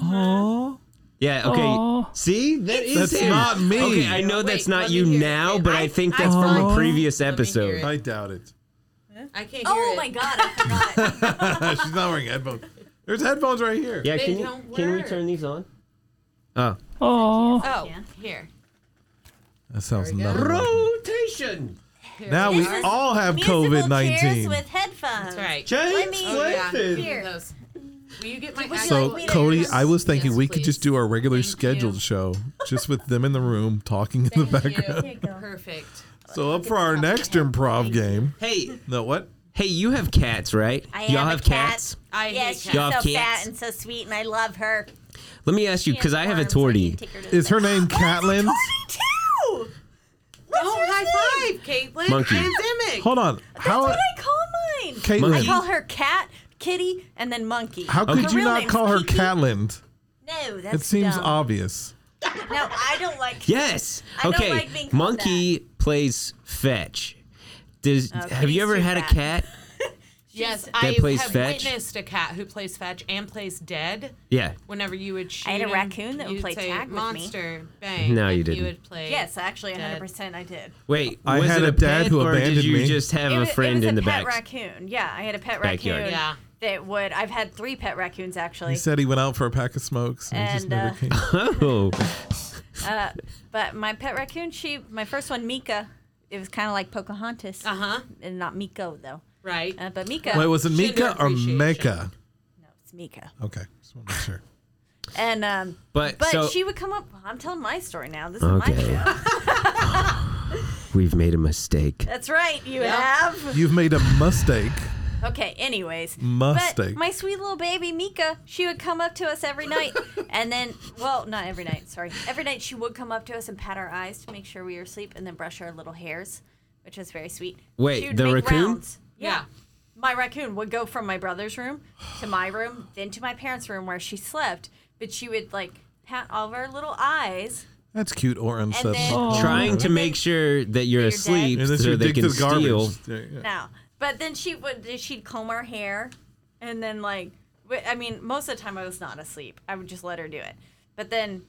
oh. Yeah, okay. Aw. See? That is That's him. not me. Okay, I know that's not you now, but I, think that's from a previous episode. I doubt it. I can't hear Oh it. my god, I forgot. She's not wearing headphones. There's headphones right here. Yeah, They can you don't can we work. turn these on? Oh. Oh, here. That sounds we go. nothing. like me. Oh. Rotation. Here Now we are. all have COVID Chairs nineteen. with headphones. That's right. Let James me Clayton. Here. Those. Will you get my Would you actual- So like me to Cody, introduce- I was thinking we could just do our regular scheduled show, just with them in the room talking in the Thank you. background. Perfect. So up for our next improv game. Hey, No, what? hey, you have cats, right? I Y'all a have cat. cats? I Yeah, hate she's cats. Y'all have so cats? fat and so sweet, and I love her. Let me ask you cuz I have a tortie. Is her name Catlin? Two. Don't high five, Caitlin. Monkey. Pandemic. Hold on. That's How what I call mine. Caitlin. I call her cat, kitty, and then monkey. how could Her you real not name's call her Kiki. Catland? No, that's It seems dumb. obvious. No, I don't like. Yes. I don't okay. like being called Monkey plays fetch. Does Okay, have you he's ever too had fat. a cat? Yes, That I plays have fetch? witnessed a cat who plays fetch and plays dead. Yeah. Whenever you would shoot I had a him, raccoon that would you'd play say, tag with me. monster, bang. No, you and didn't. He would play. Yes, actually, Dead. 100% I did. Wait, I was had it a dad pet who or did abandoned you me. just have It a was- friend it was in a the pet back? raccoon. Yeah, I had a pet Backyard. raccoon Yeah. that would. I've had three pet raccoons actually. He said he went out for a pack of smokes and, he just And, never uh, came. Oh. Uh, but my pet raccoon, she, my first one, Mika, it was kind of like Pocahontas. Uh huh. And not Miko, though. Right. Uh, but Mika. Wait, was it Gender Mika or appreciation. Mecca? no, it's Mika. Okay, just want to make sure. And, um, But, but so, she would come up. I'm telling my story now. This is my Okay. show. We've made a mistake. That's right. You Yeah. have. You've made a mistake. Okay, anyways. Mistake. But my sweet little baby Mika, she would come up to us every night, and then, well, not every night, sorry, every night she would come up to us and pat our eyes to make sure we were asleep, and then brush our little hairs, which was very sweet. Wait, She would the make raccoon? rounds. Yeah. Yeah. my raccoon would go from my brother's room to my room, then to my parents' room where she slept, but she would like pat all of our little eyes. That's cute or unsettling. then- Trying to make sure that you're That you're dead. asleep And then so you Oh. they dig can to the garbage. steal. Yeah, yeah. No, but then she would she'd comb our hair, and then like wi- I mean, most of the time I was not asleep. I would just let her do it. But then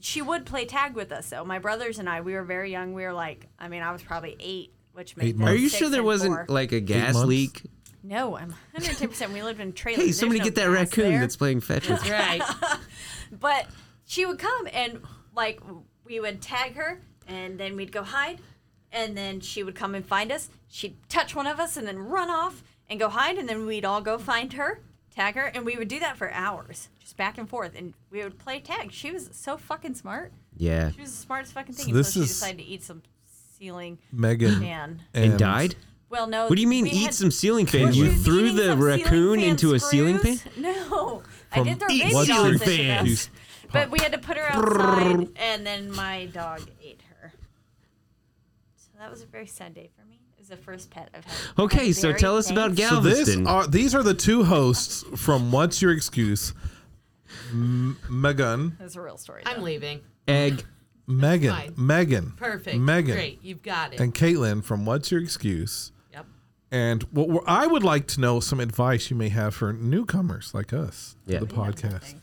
she would play tag with us though. My brothers and I, we were very young. We were like, I mean, I was probably eight, which made Eight them months. Are you six sure there and wasn't four. like a gas months? leak? No, I'm 110. percent We lived in trailers. Hey, There's somebody no get that gas raccoon there. that's playing fetch with you. Right. But she would come and like we would tag her, and then we'd go hide, and then she would come and find us. She'd touch one of us and then run off and go hide, and then we'd all go find her, tag her, and we would do that for hours, just back and forth, and we would play tag. She was so fucking smart. Yeah. She was the smartest fucking thing. So until this she is- decided to eat some ceiling Megan fan. And died? Well, no. What do you mean we eat had- some ceiling Well, fan? she You was threw eating the some ceiling raccoon fan into a ceiling fan? screws? No, I From did throw eat baby what's dolls your at the fan? house. But we had to put her outside, and then my dog ate her. So that was a very sad day for me. It was the first pet I've had. Okay, I'm so very tell us about So thankful. this Galveston. are these are the two hosts from What's Your Excuse? M- Megan, That's a real story. I'm though. leaving. Egg. Megan, fine. Megan, Perfect. Megan, Great. You've got it. and Caitlin from What's Your Excuse? yep. And what we're- I would like to know some advice you may have for newcomers like us to Yeah. the podcast.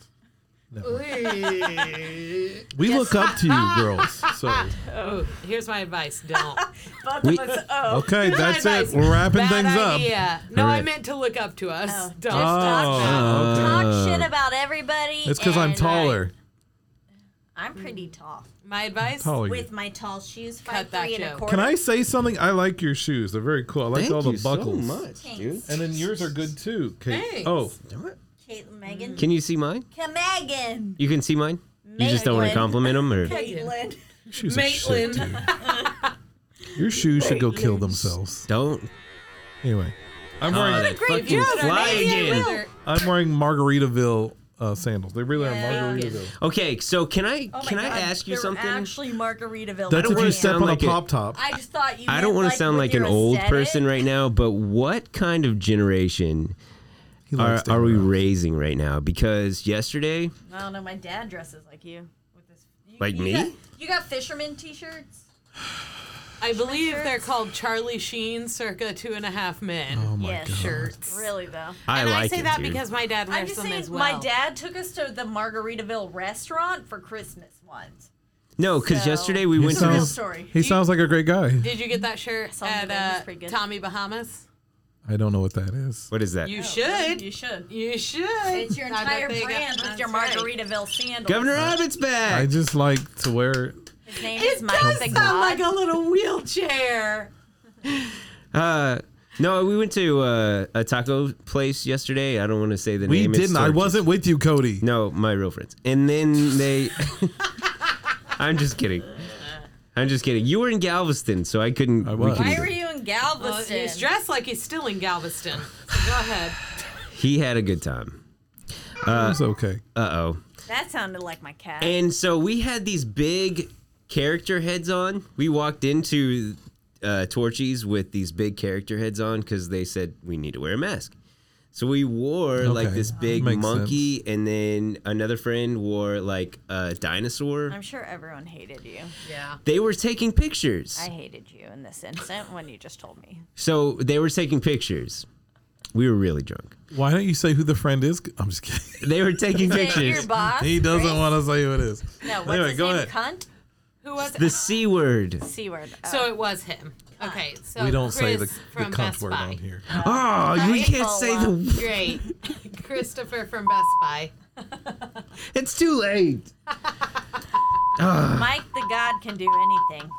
we We look up to you, girls. So Oh, here's my advice. Don't. We- us- oh. okay, Here's my that's it. advice. We're wrapping Bad things up. idea. No, All I right. meant to look up to us. Don't. just talk Oh, shit. okay. Talk shit about everybody. it's because I'm and- taller. I'm pretty tall. My advice How tall are you? with my tall shoes, Cut five that three and a joke. quarter. Oh, Can I say something? I like your shoes. They're very cool. I like Thank all the you so buckles. much, Thanks. dude. And then yours are good too. Kate. Thanks. Oh, Kate, Megan. Can you see mine? Come Megan. You can see mine. You just don't want to Maitland. compliment them, or Caitlin. shoes are shit, your shoes should go kill themselves. Don't. Anyway, I'm Oh, wearing that fucking fly again. I'm wearing Margaritaville uh, sandals. They really are Yeah. Margaritaville. Okay, so can I Oh my can I God, ask you they're something? Actually, Margaritaville. That's I don't if wanna you sound- step on a like pop top. I just thought you. I don't want to sound like an old person right now, but what kind of generation are, likes to are we raising right now? Because yesterday, I don't know. My dad dresses like you with this. You, Like you me? Got, you got fisherman T-shirts. I believe they're called Charlie Sheen circa two and a half men. Oh my Yeah, God. Shirts. Really though. I and I like say it, that dude. because my dad I'm wears just them saying, as well. my dad took us to the Margaritaville restaurant for Christmas once. no, because So- yesterday we He went sounds- to Real this. story. He sounds like a great guy. Did you get that shirt him today, it's at uh, pretty good. Tommy Bahamas? I don't know what that is. What is that? You should. You should. You should. Oh, It's your Now that entire they got- brand with your That's right. Margaritaville sandals. Governor Abbott's I back. just like to wear. His name is It Mike does the sound God. like a little wheelchair. Uh, no, we went to uh, a taco place yesterday. I don't want to say the We name. It's didn't. I Torchy's. wasn't with you, Cody. No, my real friends. And then they. I'm just kidding. I'm just kidding. You were in Galveston, so I couldn't. I we was. couldn't Why go. were you in Well, Galveston? he's dressed like he's still in Galveston. So go ahead. He had a good time. It was okay. Uh oh. that sounded like my cat. And so we had these big character heads on. We walked into uh, Torchy's with these big character heads on because they said we need to wear a mask. So we wore like Okay, this big makes monkey, and then another friend wore like a dinosaur. I'm sure everyone hated you. Yeah. They were taking pictures. I hated you in this instant when you just told me. So they were taking pictures. We were really drunk. Why don't you say who the friend is? I'm just kidding. They were taking Your pictures. boss. He doesn't want to say who it is. No, what's Anyway, his go name? ahead. Cunt. Who was it? The C word. C word. Oh. So it was him. Okay. So we don't say the, Chris the from cunt Best word Buy. on here. Oh, you can't say the. Great. Christopher from Best Buy. It's too late. Mike the God can do anything.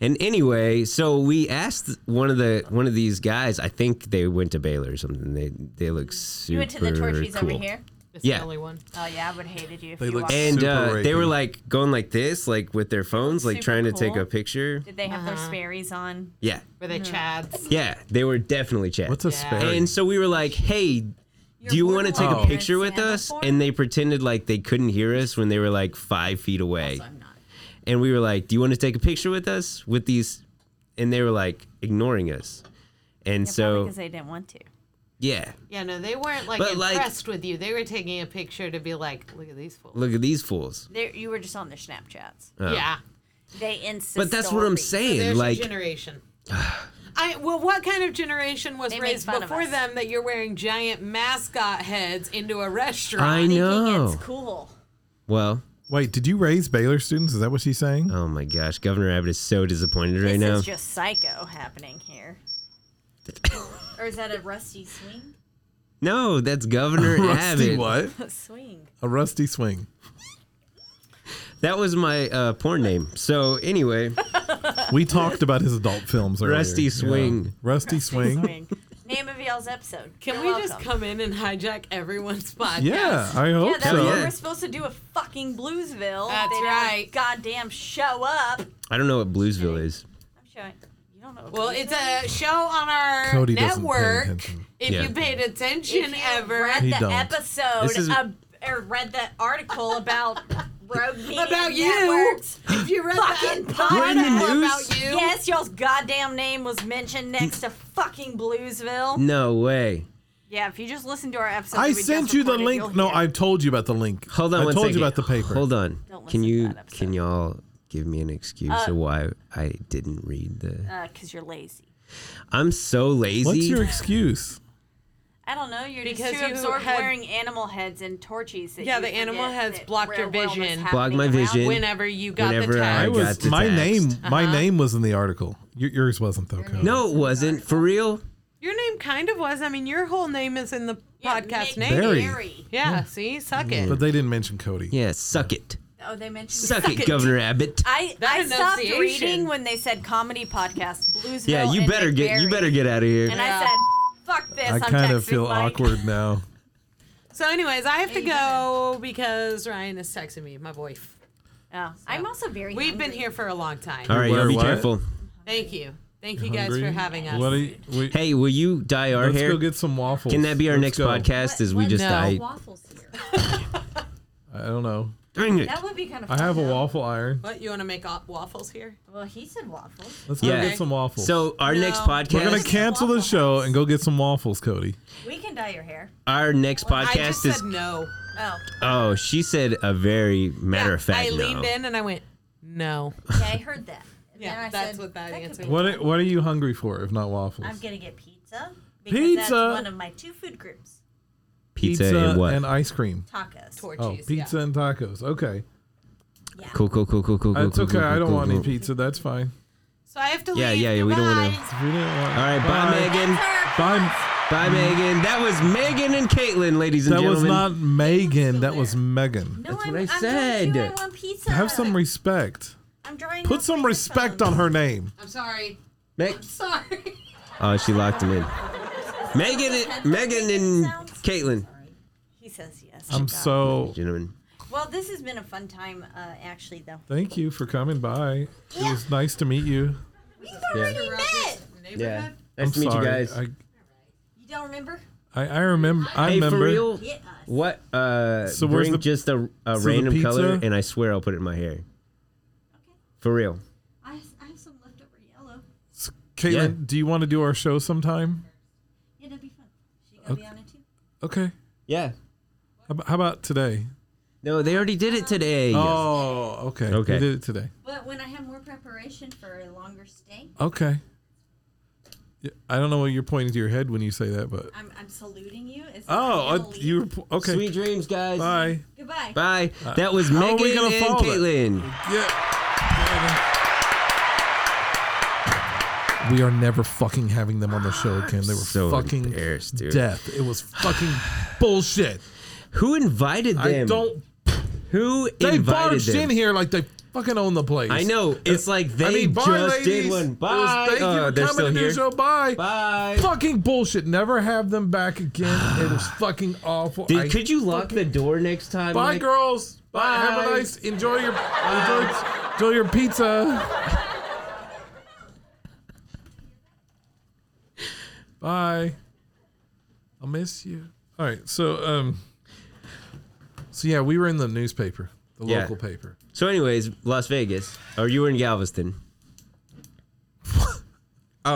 And anyway, so we asked one of the one of these guys. I think they went to Baylor or something. They they look super you went to the Torchies cool. over here. It's Yeah. the only one. Oh yeah, I would have hated you if They you look walked. And Super uh, they were rapey. like going like this, like with their phones, like Super trying to take cool. a picture. Did they have their Sperry's on? Yeah, Were they Chads? yeah, they were definitely chat. What's a Yeah. spare? And so we were like, "Hey, do you want to take a borderline picture with us?" And they pretended like they couldn't hear us when they were like five feet away. And we were like, "Do you want to take a picture with us with these?" And they were like ignoring us. And so because they didn't want to. yeah, Yeah, no, they weren't like But, like- impressed with you. They were taking a picture to be like, look at these fools. look at these fools. They, you were just on their Snapchats. Yeah. They insist. But that's what I'm There's saying. your Like, generation. I well, what kind of generation was They make raised fun of before us. them that you're wearing giant mascot heads into a restaurant? I It's know. cool. Well, Wait, did you raise Baylor students? Is that what she's saying? oh my gosh, Governor Abbott is so disappointed right this now. is just psycho happening here. or is that a rusty swing? no, that's Governor rusty Abbott. what? swing. A rusty swing. That was my uh, porn name. So anyway, We talked about his adult films earlier. Rusty Yeah. Swing. Rusty swing. swing. Name of y'all's episode. Can You're we just welcome. come in and hijack everyone's podcast? Yeah, I hope Yeah, that's so. what we're supposed to do with fucking Bluesville. That's they don't right. Goddamn, show up. I'm I don't know what Bluesville is. showing. You don't know. what Well, Bluesville it's a show on our Cody doesn't pay network. attention. If Yeah. you paid If attention you ever read He the don't. episode This is- ab- or read the article about rogue media about you, networks, if you read fucking the pod. in the article news? about you, Yes, y'all's goddamn name was mentioned next to fucking Bluesville. No way. Yeah, if you just listen to our episode, I that we just sent you the recorded, link. you'll No, hear I told you about the link. Hold on. I one told second. you about the paper. Hold on. Don't Can listen to you that episode. can y'all give me an excuse of why I didn't read the? Uh, it because you're lazy. I'm so lazy. What's your excuse? I don't know. You're Because just too you absorbed had- wearing animal heads and torches. That Yeah, you the animal forget heads that blocked your real world is vision. happening Blocked my around vision. you. Whenever you got the Whenever I tag. I got was the my text. name. My Uh-huh. name was in the article. Y- yours wasn't though. Cody. No, it wasn't. For real? Your name kind of was. I mean, your whole name is in the podcast name. Barry. Barry. Yeah, see? Suck it. But they didn't mention Cody. Yeah, suck it. Oh, they mentioned Suck it, Governor Abbott. I, That I stopped enunciation. reading when they said comedy podcast Bluesville. Yeah, you and better get you McBerry. better get out of here. And I said, "Fuck this." I I'm kind of texting feel Mike. awkward now. So, anyways, I have to go because Ryan is texting me, my boy. Yeah, I'm also very. We've been here for a long time. All right, y'all Where be what? careful. Thank you. Thank you guys for Hungry? having us. What do you- we- Hey, will you dye our let's hair? go get some waffles. Can that be our next Let's go. podcast? Is we just No. dye? Waffles here. I don't know. Dang it! That would be kind of. I have a waffle iron. What, you want to make op- waffles here? Well, he said waffles. Let's Yeah. go get some waffles. So our No. next we're gonna podcast, cancel the show and go get some waffles, Cody. We can dye your hair. our next I just podcast said is. no. Oh, Oh, she said a very matter of fact. I leaned no. in and I went, no. yeah, I heard that. And Yeah, then I that's said, what that could answer be- What are, What are you hungry for if not waffles? I'm gonna get pizza because that's Pizza! one of my two food groups: Pizza, and what? ice cream. tacos. Oh, Torchies, pizza and tacos. Okay, cool, cool, cool, cool, cool, cool. that's cool, okay. cool, I cool, don't cool, want cool. any pizza. That's fine. So I have to Yeah, leave. yeah, yeah. We don't want to. If you didn't want- All right, bye, Megan. Bye. Bye, Megan. That was Megan and Caitlin, ladies and That was gentlemen. not Megan. That was Megan. No, That's I'm, what I I'm said. Done too. I want pizza. Have some respect. I'm drying. Put out some my respect phone. on her name. Oh, I'm sorry. Me- Sorry. oh, she locked him in. Megan, and, Megan and Caitlin. He says yes. I'm so Gentlemen. Well, this has been a fun time, uh, actually, though. thank you for coming by. It was nice to meet you. We met. Yeah. Nice I'm to meet sorry. you guys. I, You don't remember? I, I remember. I hey, remember. for real, Yeah. what? Uh, So where's bring the- just a, a so the random color, pizza? and I swear I'll put it in my hair. For real. I, I have some leftover yellow. S- Caitlin, Yeah. do you want to do our show sometime? Yeah, that'd be fun. She gonna be on it too. Okay. Yeah. How, ab- how about today? No, they already did it today. Oh, okay. Okay. We did it today. But when I have more preparation for a longer stay, Okay. Yeah, I don't know what you're pointing to your head when you say that, but I'm, I'm saluting you. It's oh, I'm I, you were po- okay. Sweet dreams, guys. Bye. Goodbye. Bye. that was how are we Megan and gonna follow that? Caitlin. Yeah. We are never fucking having them on the show again. They were so fucking embarrassed, dude. death. It was fucking bullshit. Who invited them? I don't. Who They invited barged them? in here like they fucking own the place. I know. It's like they I mean, bye, just ladies. did It one. was- Bye. thank you Oh, for they're coming still to here. do show. Bye. Bye. Fucking bullshit. Never have them back again. it was fucking awful. Dude, I- could you lock the door next time? Bye, Mike? girls. Bye. Have a Bye. nice. Enjoy your. Enjoy, enjoy your pizza. Bye. I'll miss you. All right. So um. So yeah, we were in the newspaper, the Yeah. local paper. So, anyways, Las Vegas, or you were in Galveston. oh,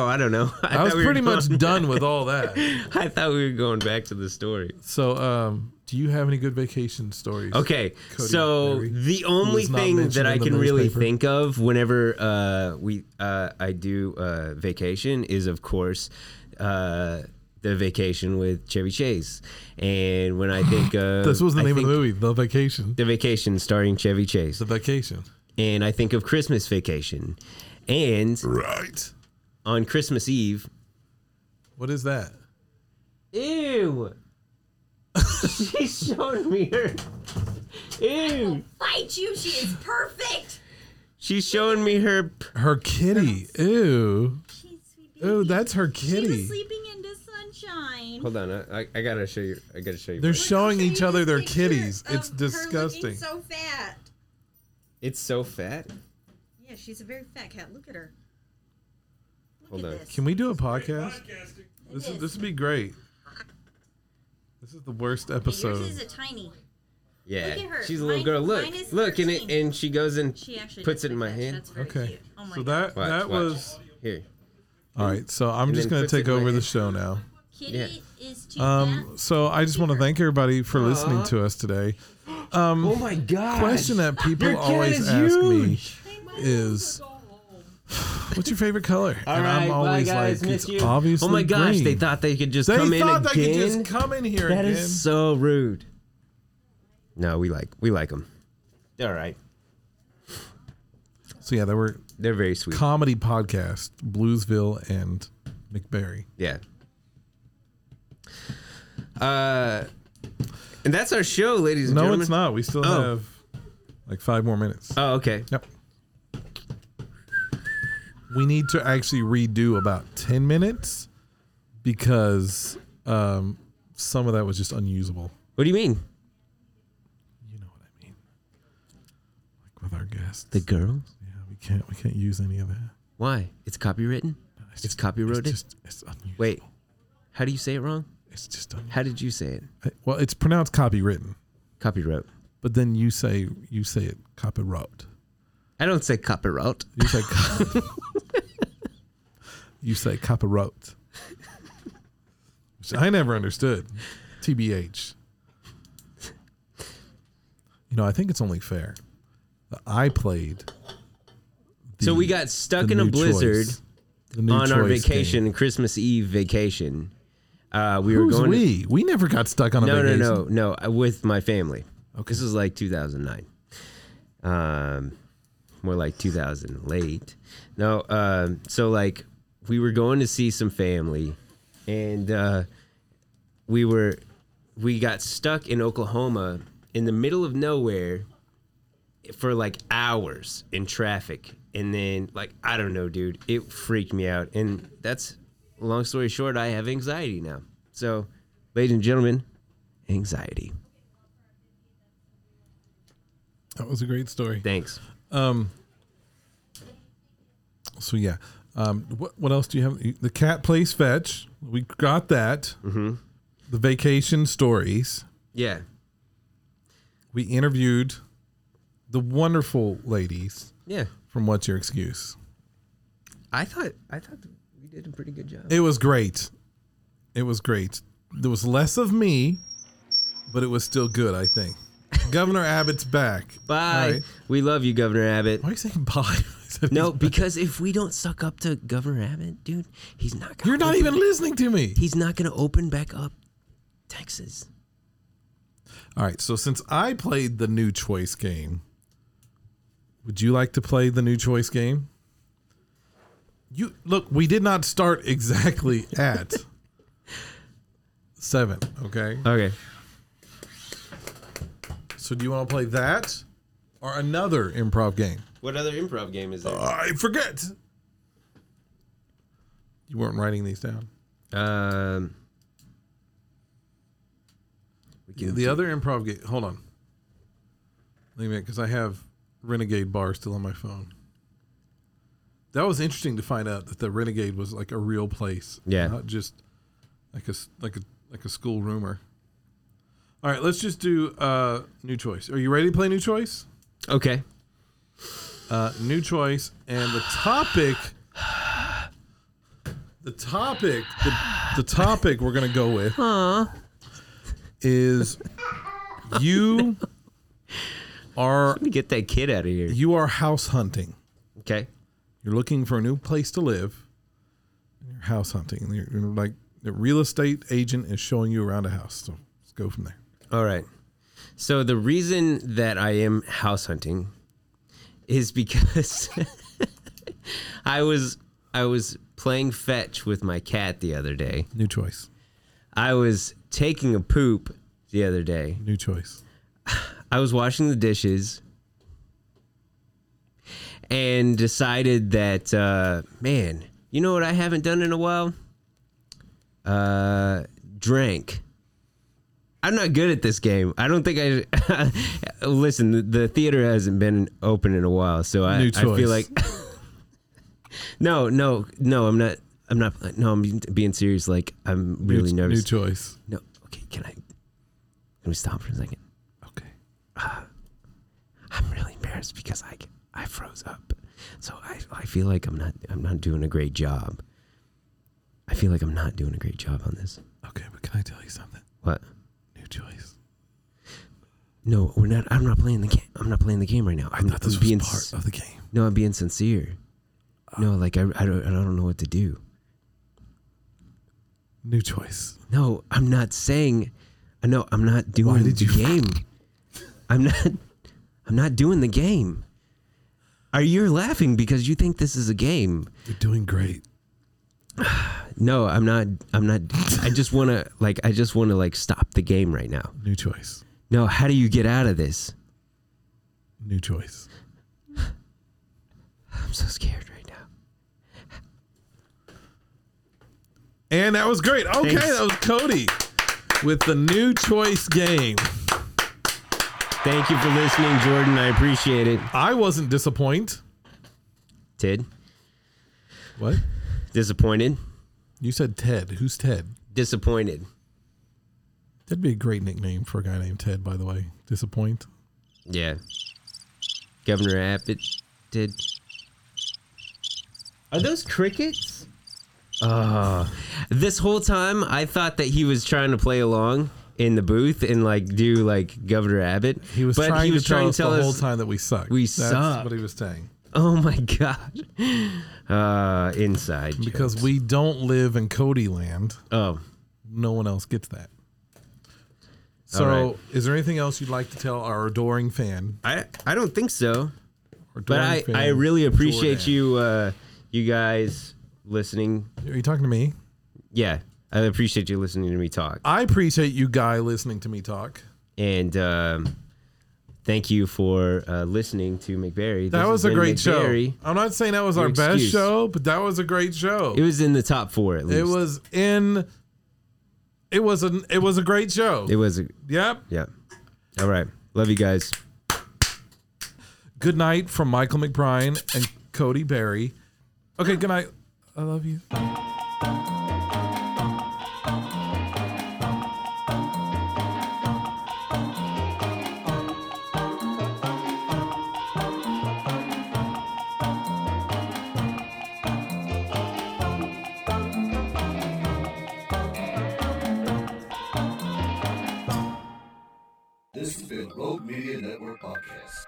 I don't know. I, I, thought was we were pretty going- much done with all that. I thought we were going back to the story. So um, do you have any good vacation stories? Okay, Cody so Berry, the who only was not thing mentioned that in I the can really newspaper. think of whenever uh, we uh, I do uh, vacation is, of course, uh, the vacation with Chevy Chase. And when I think of This was the I name of the think movie, The Vacation. The vacation starring Chevy Chase, The Vacation. and I think of Christmas Vacation, and Right. on Christmas Eve. What is that? Ew. she showed me her. Ew. Fight you. She is perfect. She's showing me her. Her kitty. Ew. She's sweet. baby. Ew, that's her She was Oh, kitty. sleeping in the sunshine. Hold on, I, I- I gotta show you. I gotta show you. They're first. showing each other their Picture kitties. of It's her looking disgusting. So fat. it's so fat. Yeah, she's a very fat cat. Look at her. Look Hold at on. this. Can we do a podcast? This It is is. this would be great. This is the worst Yours is episode. a tiny. Yeah, Look at her. she's a little Mine- girl. Look, mine is look, and it, 13. and she goes and She actually puts does it in look my like that. hand. That's very Okay. cute. Oh my So God. that Watch, that watch. was here. all right. So I'm And just then gonna puts it take in my over the hand. show now. Kitty is too Um, fat. so I just want to thank everybody for listening Aw. to us today. Oh my god! Question that people Your cat always is ask me huge. is What's your favorite color? All and right, I'm bye, always guys. like, Miss it's you. obviously. Oh my gosh, green. they thought they could just They come in thought they could again? just come in here That again. is so rude. No, we like we like them. All right. So yeah, they were they're very sweet. Comedy podcast, Bluesville and McBarry. Yeah. Uh, and that's our show, ladies and No, gentlemen. it's not. We still Oh. have like five more minutes. Oh, okay. Yep. We need to actually redo about ten minutes because um, some of that was just unusable. What do you mean? With our guests, the girls. Yeah, we can't. We can't use any of that. Why? It's copywritten. It's, copyrighted. it's just- it's Wait, how do you say it wrong? It's just. How did you say it? Uh, Well, it's pronounced copywritten. Copyright. But then you say you say it copyright. I don't say copyright. You say co- you say copyright, which I never understood. TBH. You know, I think it's only fair. that I played. so the- we got stuck the in a new blizzard choice- the new on our choice vacation, Christmas Eve vacation. Uh, we Who's were going. we? we never got stuck on a no, vacation. no, no, no. uh, With my family. Okay. This is like 2009. Um, more like 2008. No. Um, so like we were going to see some family, and uh, we were we got stuck in Oklahoma in the middle of nowhere for like hours in traffic and then like i don't know dude it freaked me out and that's long story short i have anxiety now so ladies and gentlemen anxiety That was a great story. Thanks. Um. So yeah, um, what what else do you have? The cat plays fetch. We got that. Mm-hmm. The vacation stories. yeah We interviewed the wonderful ladies. Yeah. From what's your excuse? i thought i thought we did a pretty good job It was great. It was great. There was less of me, but it was still good. I think. Governor Abbott's back. bye All right. we love you governor abbott why are you saying bye no because if we don't suck up to governor abbott dude he's not gonna You're not open- even listening to me. he's not gonna open back up texas All right. So since I played the new choice game, would you like to play the new choice game? You look. We did not start exactly at seven. Okay. Okay. So do you want to play that or another improv game? what other improv game is there I forget. You weren't writing these down. Um, we The other improv game. Hold on. Wait a minute, because I have Renegade Bar still on my phone. That was interesting to find out that the Renegade was like a real place. Yeah. Not just like a s- like a like a school rumor. All right, let's just do uh, new choice. Are you ready to play new choice? Okay. Uh, new choice and the topic. The topic. The, the topic we're gonna go with is you are get that kid out of here. You are house hunting. Okay. You're looking for a new place to live. and You're house hunting. And You're, you're like the real estate agent is showing you around a house. So let's go from there. All right. So the reason that I am house hunting is because I was I was playing fetch with my cat the other day. New choice. I was taking a poop the other day. New choice. I was washing the dishes and decided that uh, man, you know what I haven't done in a while? Uh, drank. I'm not good at this game. I don't think I. listen, the, the theater hasn't been open in a while, so I, New I feel choice. like. no, no, no. I'm not. I'm not. No, I'm being serious. Like I'm New- really new nervous. choice. No. Okay. Can I? Can we stop for a second? Okay. I'm really embarrassed because I I froze up, so I I feel like I'm not I'm not doing a great job. I feel like I'm not doing a great job on this. Okay, but can I tell you something? What? New choice. No, we're not. I'm not playing the game. I'm not playing the game right now. I'm thought this I'm was being part of the game. No, I'm being sincere. Ah. no, like I, I don't I don't know what to do. New choice. No, I'm not saying. No, I'm not doing the game. I'm not. I'm not doing the game. Are you laughing because you think this is a game? You're doing great. No, I'm not. I'm not. I just want to like. I just want to like stop the game right now. New choice. No, how do you get out of this? New choice. I'm so scared right now. And that was great. Okay, Thanks. that was Cody with the new choice game. Thank you for listening, Jordan. I appreciate it. I wasn't disappointed. Ted, What? disappointed. You said Ted. Who's Ted? Disappointed. That'd be a great nickname for a guy named Ted, by the way. Disappoint. Yeah. Governor Abbott did. Are those crickets? Uh, this whole time I thought that he was trying to play along in the booth and like do like Governor Abbott. He was but trying he was to trying tell us to tell the us whole time that we suck. we That's suck. what he was saying. Oh my god. Uh, inside Because jokes. we don't live in Cody land. Oh. No one else gets that. So, All right. is there anything else you'd like to tell our adoring fan? I I don't think so. Adoring But I fan, I really appreciate Jordan. you uh you guys listening. Are you talking to me? Yeah. I appreciate you listening to me talk. I appreciate you guy listening to me talk. and um, thank you for uh, listening to McBarry. That This was has a been great McBarry. show. I'm not saying that was Your our best excuse. show, but that was a great show. It was in the top four at least. It was in. It was an. It was a great show. It was. A, Yep. yeah. All right. Love you guys. Good night from Michael McBride and Cody Barry. Okay. Good night. I love you. This has been a Rogue Media Network podcast.